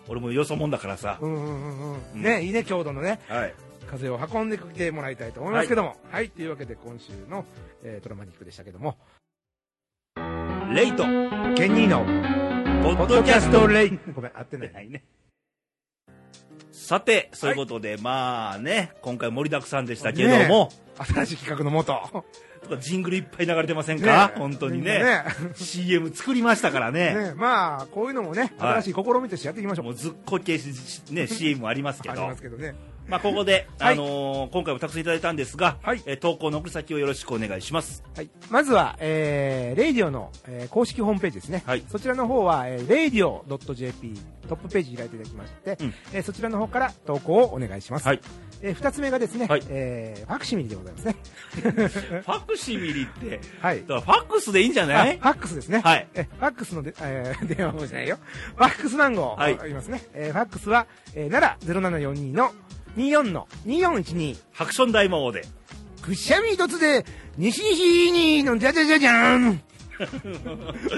Speaker 1: 俺もよそもんだからさ
Speaker 2: う、んうんうんう
Speaker 1: うんん
Speaker 2: ねいいね郷土のね
Speaker 1: はい
Speaker 2: 風を運んできてもらいたいと思いますけどもはい、というわけで今週の、えートラマニックでしたけども
Speaker 1: レイト
Speaker 2: ケニーの
Speaker 1: ポッドキャストレイ
Speaker 2: ごめん合ってない
Speaker 1: ないねさてそういうことで、まあね今回盛りだくさんでしたけども、
Speaker 2: 新しい企画のもと
Speaker 1: と かジングルいっぱい流れてませんか、本当にね
Speaker 2: みんな
Speaker 1: CM 作りましたからね
Speaker 2: ねねまあこういうのもね
Speaker 1: はい
Speaker 2: 新しい試みとしてやっていきましょう、
Speaker 1: もうずっこけし、ね、CM もありますけ
Speaker 2: あり
Speaker 1: ど
Speaker 2: ますけどね
Speaker 1: まあ、ここで、
Speaker 2: はい
Speaker 1: あのー今回もたくさんいただいたんですが、
Speaker 2: はい
Speaker 1: えー投稿の送り先をよろしくお願いします。
Speaker 2: はい、まずは、えー、レイディオの、えー公式ホームページですね、
Speaker 1: はい
Speaker 2: そちらの方は、えー、radio.jp トップページ開いていただきまして、
Speaker 1: うん
Speaker 2: えーそちらの方から投稿をお願いします、
Speaker 1: はい
Speaker 2: えー二つ目がですね、
Speaker 1: はい
Speaker 2: えーファクシミリでございますね、
Speaker 1: フ ァクシミリって、
Speaker 2: はい
Speaker 1: だからファックスでいいんじゃ
Speaker 2: あ
Speaker 1: ない
Speaker 2: ファックスですね、
Speaker 1: はい
Speaker 2: えーファックスので、えー 電話番号じゃないよファックス番号
Speaker 1: はい
Speaker 2: ありますね、えーファックスは、えー、なら0742の24の2412
Speaker 1: ハクション大魔王で。
Speaker 2: くしゃみ一つで西西にのじゃじゃじゃじゃーん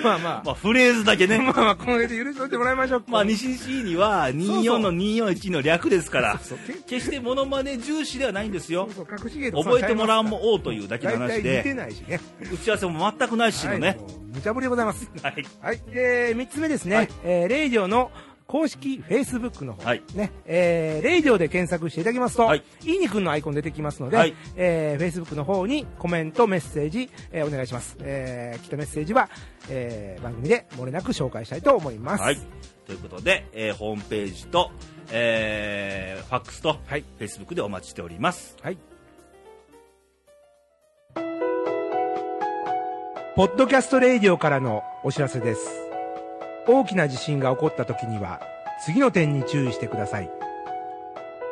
Speaker 2: まあまあ
Speaker 1: まあ、フレーズだけね。
Speaker 2: まあまあ、この辺で許しておいてもらいましょう。
Speaker 1: まあ、西西には24の241の略ですから、
Speaker 2: そうそう
Speaker 1: 決してモノマネ重視ではないんですよ。
Speaker 2: そうそう隠し芸と
Speaker 1: 覚えてもらおうというだけの話
Speaker 2: 大体似て
Speaker 1: で、
Speaker 2: ないしね。
Speaker 1: 打ち合わせも全くないしの
Speaker 2: はい
Speaker 1: ね
Speaker 2: も。う無茶ぶりでございます。
Speaker 1: はい。
Speaker 2: はい。で、三つ目ですね。
Speaker 1: はい
Speaker 2: えーレイディオの公式 Facebook の方。
Speaker 1: はい
Speaker 2: ね。えーレイディオで検索していただきますと、
Speaker 1: はい
Speaker 2: い、いにくんのアイコン出てきますので、
Speaker 1: はい
Speaker 2: えー Facebook の方にコメント、メッセージ、えーお願いします。えー来たメッセージは、えー番組で漏れなく紹介したいと思います。
Speaker 1: はい。ということで、えーホームページと、えーファックスと、
Speaker 2: はい
Speaker 1: Facebook でお待ちしております。
Speaker 2: はい。ポッドキャストレイディオからのお知らせです。大きな地震が起こった時には、次の点に注意してください。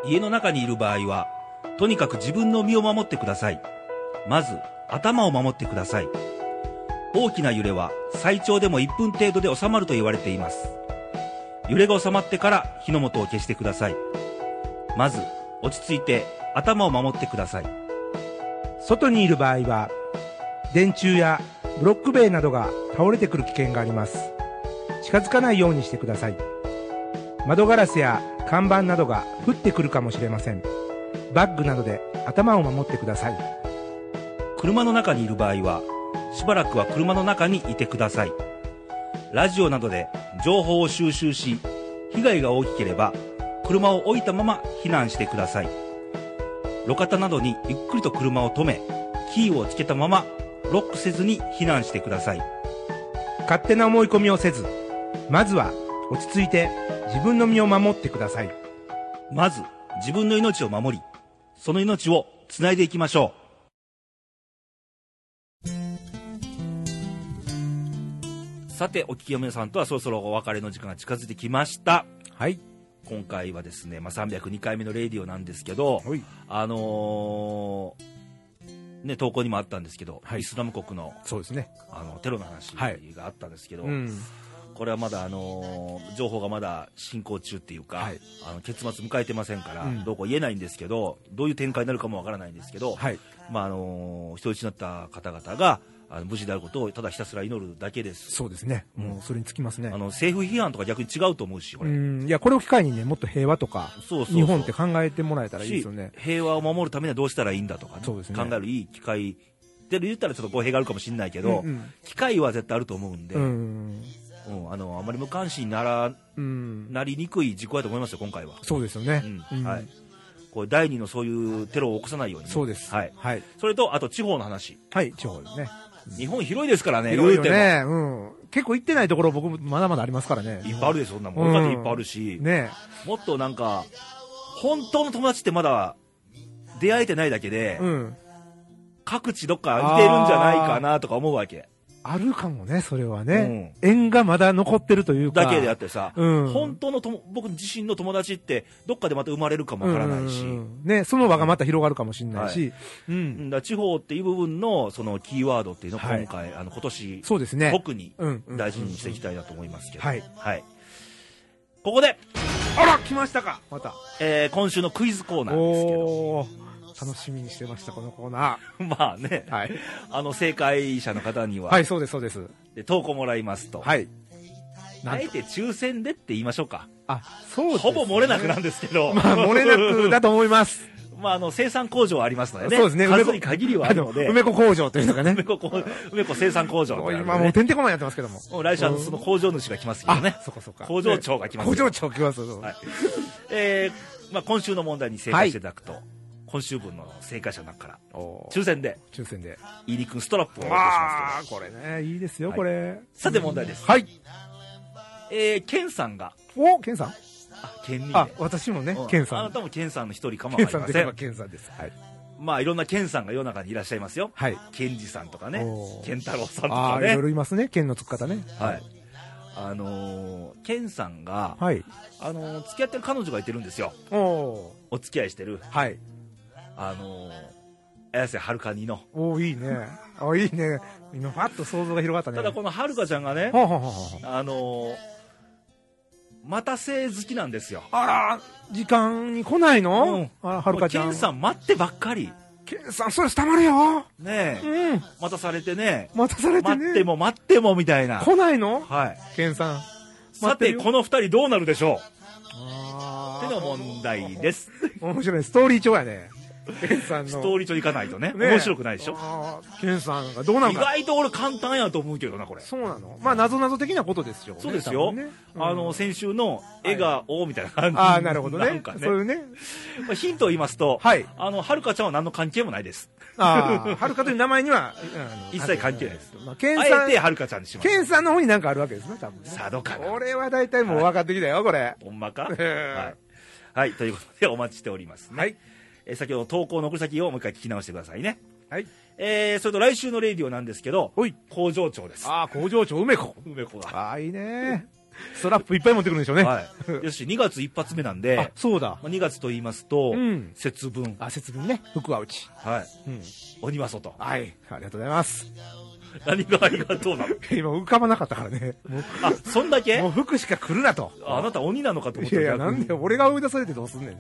Speaker 1: 家の中にいる場合は、とにかく自分の身を守ってください。まず、頭を守ってください。大きな揺れは最長でも1分程度で収まると言われています。揺れが収まってから火の元を消してください。まず、落ち着いて頭を守ってください。
Speaker 2: 外にいる場合は、電柱やブロック塀などが倒れてくる危険があります。近づかないようにしてください。窓ガラスや看板などが降ってくるかもしれません。バッグなどで頭を守ってください。
Speaker 1: 車の中にいる場合は、しばらくは車の中にいてください。ラジオなどで情報を収集し、被害が大きければ、車を置いたまま避難してください。路肩などにゆっくりと車を止め、キーをつけたまま、ロックせずに避難してください。
Speaker 2: 勝手な思い込みをせず、まずは落ち着いて自分の身を守ってください。
Speaker 1: まず、自分の命を守り、その命を繋いでいきましょう。さて、お聞きの皆さんとはそろそろお別れの時間が近づいてきました。
Speaker 2: はい。
Speaker 1: 今回はですね、まあ、302回目のレディオなんですけど、
Speaker 2: はい。
Speaker 1: あのーね、投稿にもあったんですけど、
Speaker 2: はい
Speaker 1: イスラム国の
Speaker 2: そうですね。
Speaker 1: あのテロの話
Speaker 2: はい
Speaker 1: があったんですけど、
Speaker 2: うん。
Speaker 1: これはまだ、あのー情報がまだ進行中っていうか、
Speaker 2: はい
Speaker 1: あの結末迎えてませんから、
Speaker 2: うん
Speaker 1: どうこう言えないんですけど、どういう展開になるかもわからないんですけど、
Speaker 2: はい。
Speaker 1: まああのー人質になった方々があの無事であることをただひたすら祈るだけです、
Speaker 2: そうですね。もうそれにつきますね
Speaker 1: あ。の政府批判とか逆に違うと思うし、こ
Speaker 2: う
Speaker 1: れ。
Speaker 2: ん。いや、これを機会にね、もっと平和とか、
Speaker 1: そうそうそう
Speaker 2: 日本って考えてもらえたらいい
Speaker 1: し
Speaker 2: ですよね。
Speaker 1: 平和を守るためにはどうしたらいいんだとかね、
Speaker 2: そうですね
Speaker 1: 考えるいい機会で言ったらちょっと語弊があるかもしれないけど、
Speaker 2: うんうん
Speaker 1: 機会は絶対あると思うんで、
Speaker 2: う
Speaker 1: うん
Speaker 2: ん。
Speaker 1: あのあまり無関心になら
Speaker 2: うん。
Speaker 1: なりにくい事項だと思いますよ、今回は。
Speaker 2: そうですよね
Speaker 1: うん。
Speaker 2: うん
Speaker 1: はい、これ第二のそういうテロを起こさないようにね、
Speaker 2: そうです。
Speaker 1: はい、
Speaker 2: はい。
Speaker 1: それとあと地方の話、
Speaker 2: はい。地方ですね。
Speaker 1: 日本広いですからね、
Speaker 2: いろ
Speaker 1: 言
Speaker 2: いろ
Speaker 1: うても
Speaker 2: ね。うん。結構行ってないところ僕もまだまだありますからね。
Speaker 1: いっぱいあるでしょ、そんなもん、だっていっぱいあるし、
Speaker 2: ね
Speaker 1: もっとなんか、本当の友達ってまだ出会えてないだけで、
Speaker 2: うん。
Speaker 1: 各地どっか似てるんじゃないかなとか思うわけ。
Speaker 2: あるかもね、それはね。縁がまだ残ってるというか。
Speaker 1: だけであってさ、
Speaker 2: うん
Speaker 1: 本当のとも僕自身の友達ってどっかでまた生まれるかもわからないし、
Speaker 2: う
Speaker 1: うん
Speaker 2: うん
Speaker 1: ん
Speaker 2: うんね、その輪がまた広がるかもしれないし、うん、
Speaker 1: だから地方っていう部分のそのキーワードっていうのを
Speaker 2: はい
Speaker 1: 今回、あの今年
Speaker 2: そうですね。
Speaker 1: 特に
Speaker 2: うんうん
Speaker 1: 大事にしていきたいなと思いますけど、
Speaker 2: はい
Speaker 1: ここで、
Speaker 2: あら、来ましたか、また。
Speaker 1: えー今週のクイズコーナーですけど
Speaker 2: おお、楽しみにしてました、このコーナ
Speaker 1: まあね、
Speaker 2: ー。はい、
Speaker 1: あの正解者の方には、
Speaker 2: はい、そうです、そうです。
Speaker 1: で投稿もらいますと、
Speaker 2: はい。な
Speaker 1: あ
Speaker 2: ん
Speaker 1: え
Speaker 2: と
Speaker 1: て抽選でって言いましょうか、
Speaker 2: あ、そうです、
Speaker 1: ほぼ漏れなくなんですけど、
Speaker 2: まあ、漏れなくだと思います。
Speaker 1: まあ、あの生産工場はありますのでね、
Speaker 2: そうですね梅子
Speaker 1: 数に限りはあるので、
Speaker 2: 梅子工場というのがね
Speaker 1: 梅。子こ梅子生産工場ってあるんでね
Speaker 2: 今もうてんてこまんやってますけども。
Speaker 1: もう来週はその工場主が来ますけどね
Speaker 2: あ、そこそこ。
Speaker 1: 工場長が来ますよ
Speaker 2: 工場長来ますよ。
Speaker 1: はいえーまあ、今週の問題に正解していただくと、今週分の正解者の中から
Speaker 2: おー
Speaker 1: 抽選で
Speaker 2: 抽選で。
Speaker 1: 飯く君ストラップをお送りし
Speaker 2: あ
Speaker 1: ま
Speaker 2: あ、これね、いいですよ、
Speaker 1: はい
Speaker 2: これ。
Speaker 1: さて問題です
Speaker 2: はい。
Speaker 1: すけど、えー、ケンさんが
Speaker 2: お、ケンさん。
Speaker 1: あ、ケン兄ね
Speaker 2: あ、私もね
Speaker 1: う、
Speaker 2: ケンさ。
Speaker 1: あなんたもケンさんの一人かも
Speaker 2: ケ
Speaker 1: わ
Speaker 2: ン
Speaker 1: か
Speaker 2: さ
Speaker 1: りま
Speaker 2: んとい
Speaker 1: せ
Speaker 2: えば
Speaker 1: ん。
Speaker 2: ケンさんです。はい。
Speaker 1: まあ、いろんなケンさんが世の中にいらっしゃいますよ。
Speaker 2: はい。
Speaker 1: ケンジさんとかね
Speaker 2: お、ー
Speaker 1: ケン太郎さんと
Speaker 2: あ
Speaker 1: か
Speaker 2: あ、い
Speaker 1: ね
Speaker 2: ろい。ろいますね、剣のつく方ね。
Speaker 1: はい。あのー、ケンさんが、
Speaker 2: はい。
Speaker 1: あのー、付き合ってる彼女がいてるんですよ。
Speaker 2: おお
Speaker 1: お付き合いしてる。
Speaker 2: ー。はい。
Speaker 1: あのー、綾瀬はるかにの。
Speaker 2: おおいいね。あ、いいね。今、パッと想像が広がったね。
Speaker 1: ただこのはるかちゃんがね、
Speaker 2: ほうほうほうほう
Speaker 1: あのー、また性好きなんですよ。
Speaker 2: あら、時間に来ないの、あら、はるかちゃん。
Speaker 1: もうケンさん待ってばっかり。
Speaker 2: ケンさん、ストレス溜まるよ。
Speaker 1: ねえ、
Speaker 2: うん。
Speaker 1: 待たされてね、
Speaker 2: 待たされてね。
Speaker 1: 待っても待ってもみたいな。
Speaker 2: 来ないの
Speaker 1: はい。
Speaker 2: ケンさん。
Speaker 1: さて、この二人どうなるでしょう
Speaker 2: あ。
Speaker 1: っての問題ですす。
Speaker 2: 面白い。ストーリー調やね。ケンさんの。
Speaker 1: ストーリーといかないとね。
Speaker 2: ね
Speaker 1: 面白くないでしょ
Speaker 2: あーケンさんがどうなの
Speaker 1: 意
Speaker 2: か。
Speaker 1: 外と俺簡単やと思うけどな、これ。
Speaker 2: そうなのまあ、謎謎的なことですよね。
Speaker 1: そうですよ
Speaker 2: 多分ねうん
Speaker 1: あの、先週の笑顔みたいな感じ。
Speaker 2: ああ、なるほどね。
Speaker 1: なんかね
Speaker 2: そういうね。
Speaker 1: まあヒントを言いますと、
Speaker 2: はい。
Speaker 1: あの、はるかちゃんは何の関係もないです。
Speaker 2: あ あ、はるかという名前には、あの
Speaker 1: 一切関係ないです。
Speaker 2: まあ、ケン
Speaker 1: あ
Speaker 2: さ
Speaker 1: え
Speaker 2: ん
Speaker 1: て、はるかちゃんにします。
Speaker 2: ケンさんの方になんかあるわけですね、多分ね。
Speaker 1: さあ、どうかな。
Speaker 2: これは大体もう分かってきたよ、これ。
Speaker 1: ほんまかは
Speaker 2: ええ
Speaker 1: い。はい、ということでお待ちしておりますね。
Speaker 2: はい。
Speaker 1: えー先ほどの投稿の送り先をもう一回聞き直してくださいね。
Speaker 2: はい。
Speaker 1: えー、それと来週のレイディオなんですけど、
Speaker 2: ほい。
Speaker 1: 工場長です。
Speaker 2: ああ、工場長、梅子。
Speaker 1: 梅子が。
Speaker 2: ああ、いいね。ストラップいっぱい持ってくるんでしょうね。
Speaker 1: はい。よし、2月一発目なんで、
Speaker 2: あ、そうだ。
Speaker 1: まあ、2月と言いますと、
Speaker 2: うん
Speaker 1: 節分、
Speaker 2: あ、節分ね。福は内。
Speaker 1: はい、
Speaker 2: うん。
Speaker 1: 鬼は外。
Speaker 2: はい。ありがとうございます。
Speaker 1: 何がありがとうなの
Speaker 2: 今浮かばなかったからね。もう、
Speaker 1: あ、そんだけ
Speaker 2: もう服しか来るなと。
Speaker 1: ああなた鬼なのかと思っ
Speaker 2: い
Speaker 1: て
Speaker 2: やいや、なんで俺が追い出されてどうすんね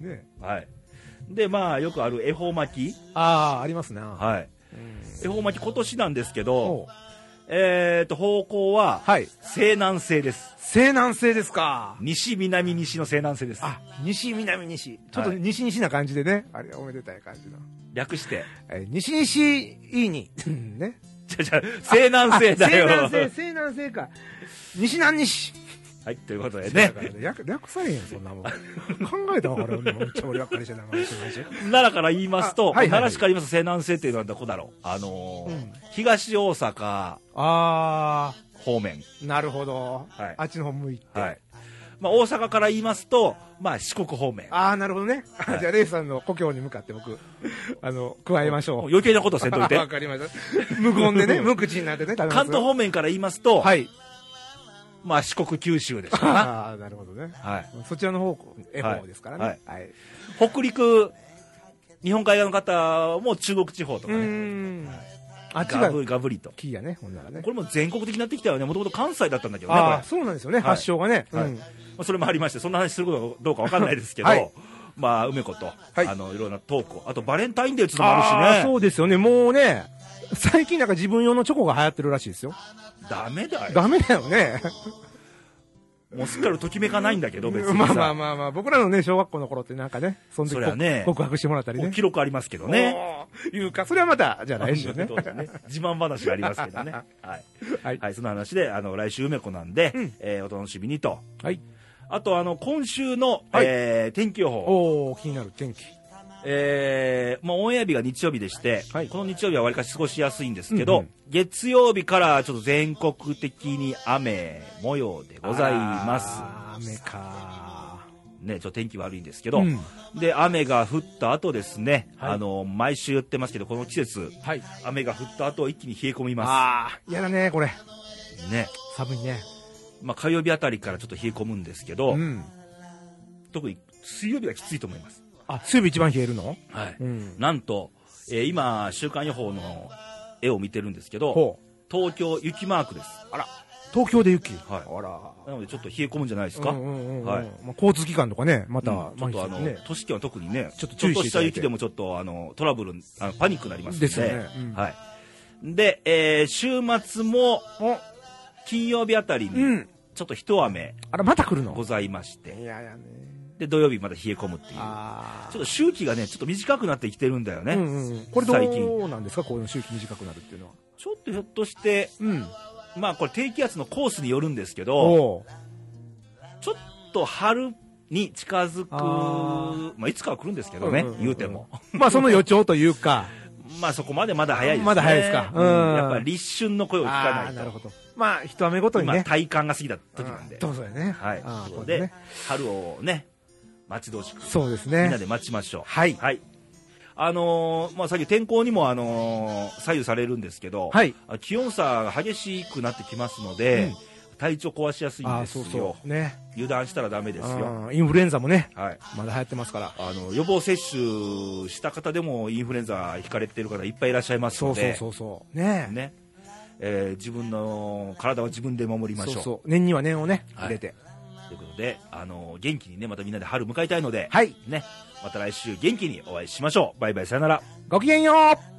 Speaker 2: ん。ね
Speaker 1: はい。で、まあ、よくある恵方巻き。
Speaker 2: ああ、ありますな。
Speaker 1: はい。
Speaker 2: うん
Speaker 1: 恵方巻き今年なんですけ
Speaker 2: お
Speaker 1: ど、えーと、方向は、
Speaker 2: はい。
Speaker 1: 西南西です。
Speaker 2: 西南西ですか。
Speaker 1: 西、南、西の西南西です。
Speaker 2: あ、西、南、西。ちょっと西、西な感じでね。あれ、おめでたい感じの。
Speaker 1: 略して。
Speaker 2: えー西、西、いいに。 うんね。
Speaker 1: じゃじゃ西南西だよ。
Speaker 2: あ西南西、西南西か。西南西。
Speaker 1: はい、ということで
Speaker 2: だ
Speaker 1: ね
Speaker 2: か。ら略略されへん、そんなもん。考えたわ、これ。めっちゃ俺ばっかりしてなんかしてないし。
Speaker 1: 奈良から言いますと、
Speaker 2: あはいはいはい
Speaker 1: 奈良市から言いますと西南西っていうのはどこだろう。あのー
Speaker 2: うん
Speaker 1: 東大阪
Speaker 2: あ
Speaker 1: 方面。
Speaker 2: ー、なるほど。
Speaker 1: はい
Speaker 2: あっちの方向いて。
Speaker 1: はい。まあ、大阪から言いますと、まあ、四国方面。
Speaker 2: あー、なるほどね。あ
Speaker 1: はい
Speaker 2: じゃあ、レイさんの故郷に向かって僕、あの、加えましょう。
Speaker 1: もう余計なことせんといて
Speaker 2: わ。かりました。無言 でね、無口になってね、食べますよ
Speaker 1: 関東方面から言いますと、
Speaker 2: はい。
Speaker 1: まあ、四国九州でしょう な。
Speaker 2: ああー、なるほどね。
Speaker 1: はい。
Speaker 2: そちらの方向、絵方ですからね。
Speaker 1: はい
Speaker 2: はい。
Speaker 1: 北陸、日本海側の方も中国地方と
Speaker 2: う
Speaker 1: かね。
Speaker 2: ーん。あっち
Speaker 1: ガ
Speaker 2: が
Speaker 1: ブガブリと。
Speaker 2: キーやね、ほんならね
Speaker 1: こ。れも全国的になってきたよね。もともと関西だったんだけどね、これ
Speaker 2: ああ、。そうなんですよね、
Speaker 1: はい
Speaker 2: 発祥がね。
Speaker 1: はい
Speaker 2: うん
Speaker 1: まあそれもありまして、そんな話することかどうかわかんないですけど、
Speaker 2: はい
Speaker 1: まあ、梅子と、
Speaker 2: はい
Speaker 1: あの、いろんなトークを、あとバレンタインデーつのも
Speaker 2: あ
Speaker 1: あ
Speaker 2: あ、
Speaker 1: るしね。
Speaker 2: そうですよね、もうね、最近なんか自分用のチョコが流行ってるらしいですよ。
Speaker 1: ダメだよ。
Speaker 2: ダメだよね。
Speaker 1: もうすっかりときめかないんだけど、別に
Speaker 2: まあ
Speaker 1: さ。
Speaker 2: まあまあまあ、僕らのね、小学校の頃ってなんかね、その時
Speaker 1: そりゃね
Speaker 2: こ告白してもらったり
Speaker 1: もう
Speaker 2: ね。
Speaker 1: 記録ありますけどね。
Speaker 2: おー。いうか、それはまた、じゃあ来週ね。
Speaker 1: そうですね自慢話がありますけ どね。はい。
Speaker 2: はい。
Speaker 1: はい、その話で、あの、来週梅子なんで、
Speaker 2: うん
Speaker 1: えーお楽しみにと。
Speaker 2: はい。
Speaker 1: あと、あの、今週の、
Speaker 2: はい
Speaker 1: えー天気予報。
Speaker 2: おお気になる天気。
Speaker 1: えーまあ、オンエア日が日曜日でして、
Speaker 2: はい
Speaker 1: この日曜日はわりかし過ごしやすいんですけど、
Speaker 2: うんうん
Speaker 1: 月曜日からちょっと全国的に雨模様でございます。
Speaker 2: あー雨か
Speaker 1: ね、ちょっと天気悪いんですけ
Speaker 2: ー。
Speaker 1: ど、で、雨が降った後ですね、
Speaker 2: はい
Speaker 1: あの、毎週言ってますけど、この季節、
Speaker 2: はい。
Speaker 1: 雨が降った後一気に冷え込みま
Speaker 2: ああ、やだね、これ。
Speaker 1: す。ね。
Speaker 2: 寒いね。
Speaker 1: まあ、火曜日あたりからちょっと冷え込むんですけど、
Speaker 2: うん。
Speaker 1: 特に水曜日はきついと思います。
Speaker 2: あ、水曜日一番冷えるの
Speaker 1: はい。
Speaker 2: ん。
Speaker 1: なんと、えー今、週間予報の絵を見てるんですけど、
Speaker 2: ほう。
Speaker 1: 東京雪マークです。
Speaker 2: 東京で雪。
Speaker 1: はい
Speaker 2: あら。
Speaker 1: なのでちょっと冷え込むんじゃないですか、
Speaker 2: うんうんうんうん
Speaker 1: はい
Speaker 2: まあ、交通機関とかね、また、
Speaker 1: うんちょっとあ
Speaker 2: ま
Speaker 1: の、
Speaker 2: ね。
Speaker 1: 都市圏は特にね、
Speaker 2: ちょっと注意して
Speaker 1: し
Speaker 2: い
Speaker 1: たた
Speaker 2: だいて
Speaker 1: 雪でもちょっとあのトラブルあの、パニックになりますんで、
Speaker 2: ですよねうん
Speaker 1: はい、で、えー週末も
Speaker 2: お、
Speaker 1: 金曜日あたり
Speaker 2: う
Speaker 1: に、
Speaker 2: ん。
Speaker 1: ちょっと一雨
Speaker 2: あら、また来る
Speaker 1: ご
Speaker 2: の
Speaker 1: ざいまして、
Speaker 2: ややね。
Speaker 1: で土曜日まだ冷え込むっていう、ちょ
Speaker 2: ああ。
Speaker 1: っと周期がね、ちょっと短くなってきてるんだよね、
Speaker 2: うんうんうん。これ
Speaker 1: 最
Speaker 2: どう
Speaker 1: 近
Speaker 2: なんですかこういうの周期短くなるっていうのは。
Speaker 1: ちょっとひょっとして、
Speaker 2: うん。
Speaker 1: まあこれ、低気圧のコースによるんですけど、
Speaker 2: おう
Speaker 1: ちょっと春に近づく、
Speaker 2: あ
Speaker 1: まあ、いつかは来るんですけどね、
Speaker 2: うんうんうんうん
Speaker 1: 言うても。
Speaker 2: まあ、その予兆というか。
Speaker 1: まあそこまでまだ早いですね。
Speaker 2: まだ早いですかう
Speaker 1: うんんやっぱり立春の声を聞か
Speaker 2: あ
Speaker 1: な
Speaker 2: あ、
Speaker 1: い
Speaker 2: なるほ
Speaker 1: と。
Speaker 2: ど。まあ、一雨ごとに
Speaker 1: 今、
Speaker 2: ね。
Speaker 1: 体感が過ぎた時なんで。
Speaker 2: どうぞやね。
Speaker 1: はい。
Speaker 2: ああ
Speaker 1: そ
Speaker 2: そううで
Speaker 1: です
Speaker 2: ね。、
Speaker 1: 春をね、待ち遠しく、
Speaker 2: そうです
Speaker 1: みんな
Speaker 2: ね。
Speaker 1: で待ちましょう。
Speaker 2: はい。
Speaker 1: はい。あのーまあ、さっき天候にも、あのー左右されるんですけど、
Speaker 2: はい。
Speaker 1: あ気温差が激しくなってきますので、体調壊しやすいん
Speaker 2: あ
Speaker 1: で
Speaker 2: あ、
Speaker 1: す
Speaker 2: そ
Speaker 1: よ。
Speaker 2: うそう。ね。
Speaker 1: 油断したらダメですよ。
Speaker 2: ああインフルエンザもね、
Speaker 1: はい。
Speaker 2: まだ流行ってますから。
Speaker 1: あの、予防接種した方でもインフルエンザ引かれてる方いっぱいいらっしゃいます
Speaker 2: そ
Speaker 1: の
Speaker 2: うそう
Speaker 1: で、
Speaker 2: そうそう。ね
Speaker 1: ね。えー自分の体は自分で守りましょ
Speaker 2: そう
Speaker 1: う。
Speaker 2: そう。念には念をね、
Speaker 1: はい
Speaker 2: 入れて。
Speaker 1: ということで、あの元気にね、またみんなで春迎えたいので、
Speaker 2: はい。
Speaker 1: ね、また来週元気にお会いしましょう。バイバイ、さよなら。
Speaker 2: ごきげんよう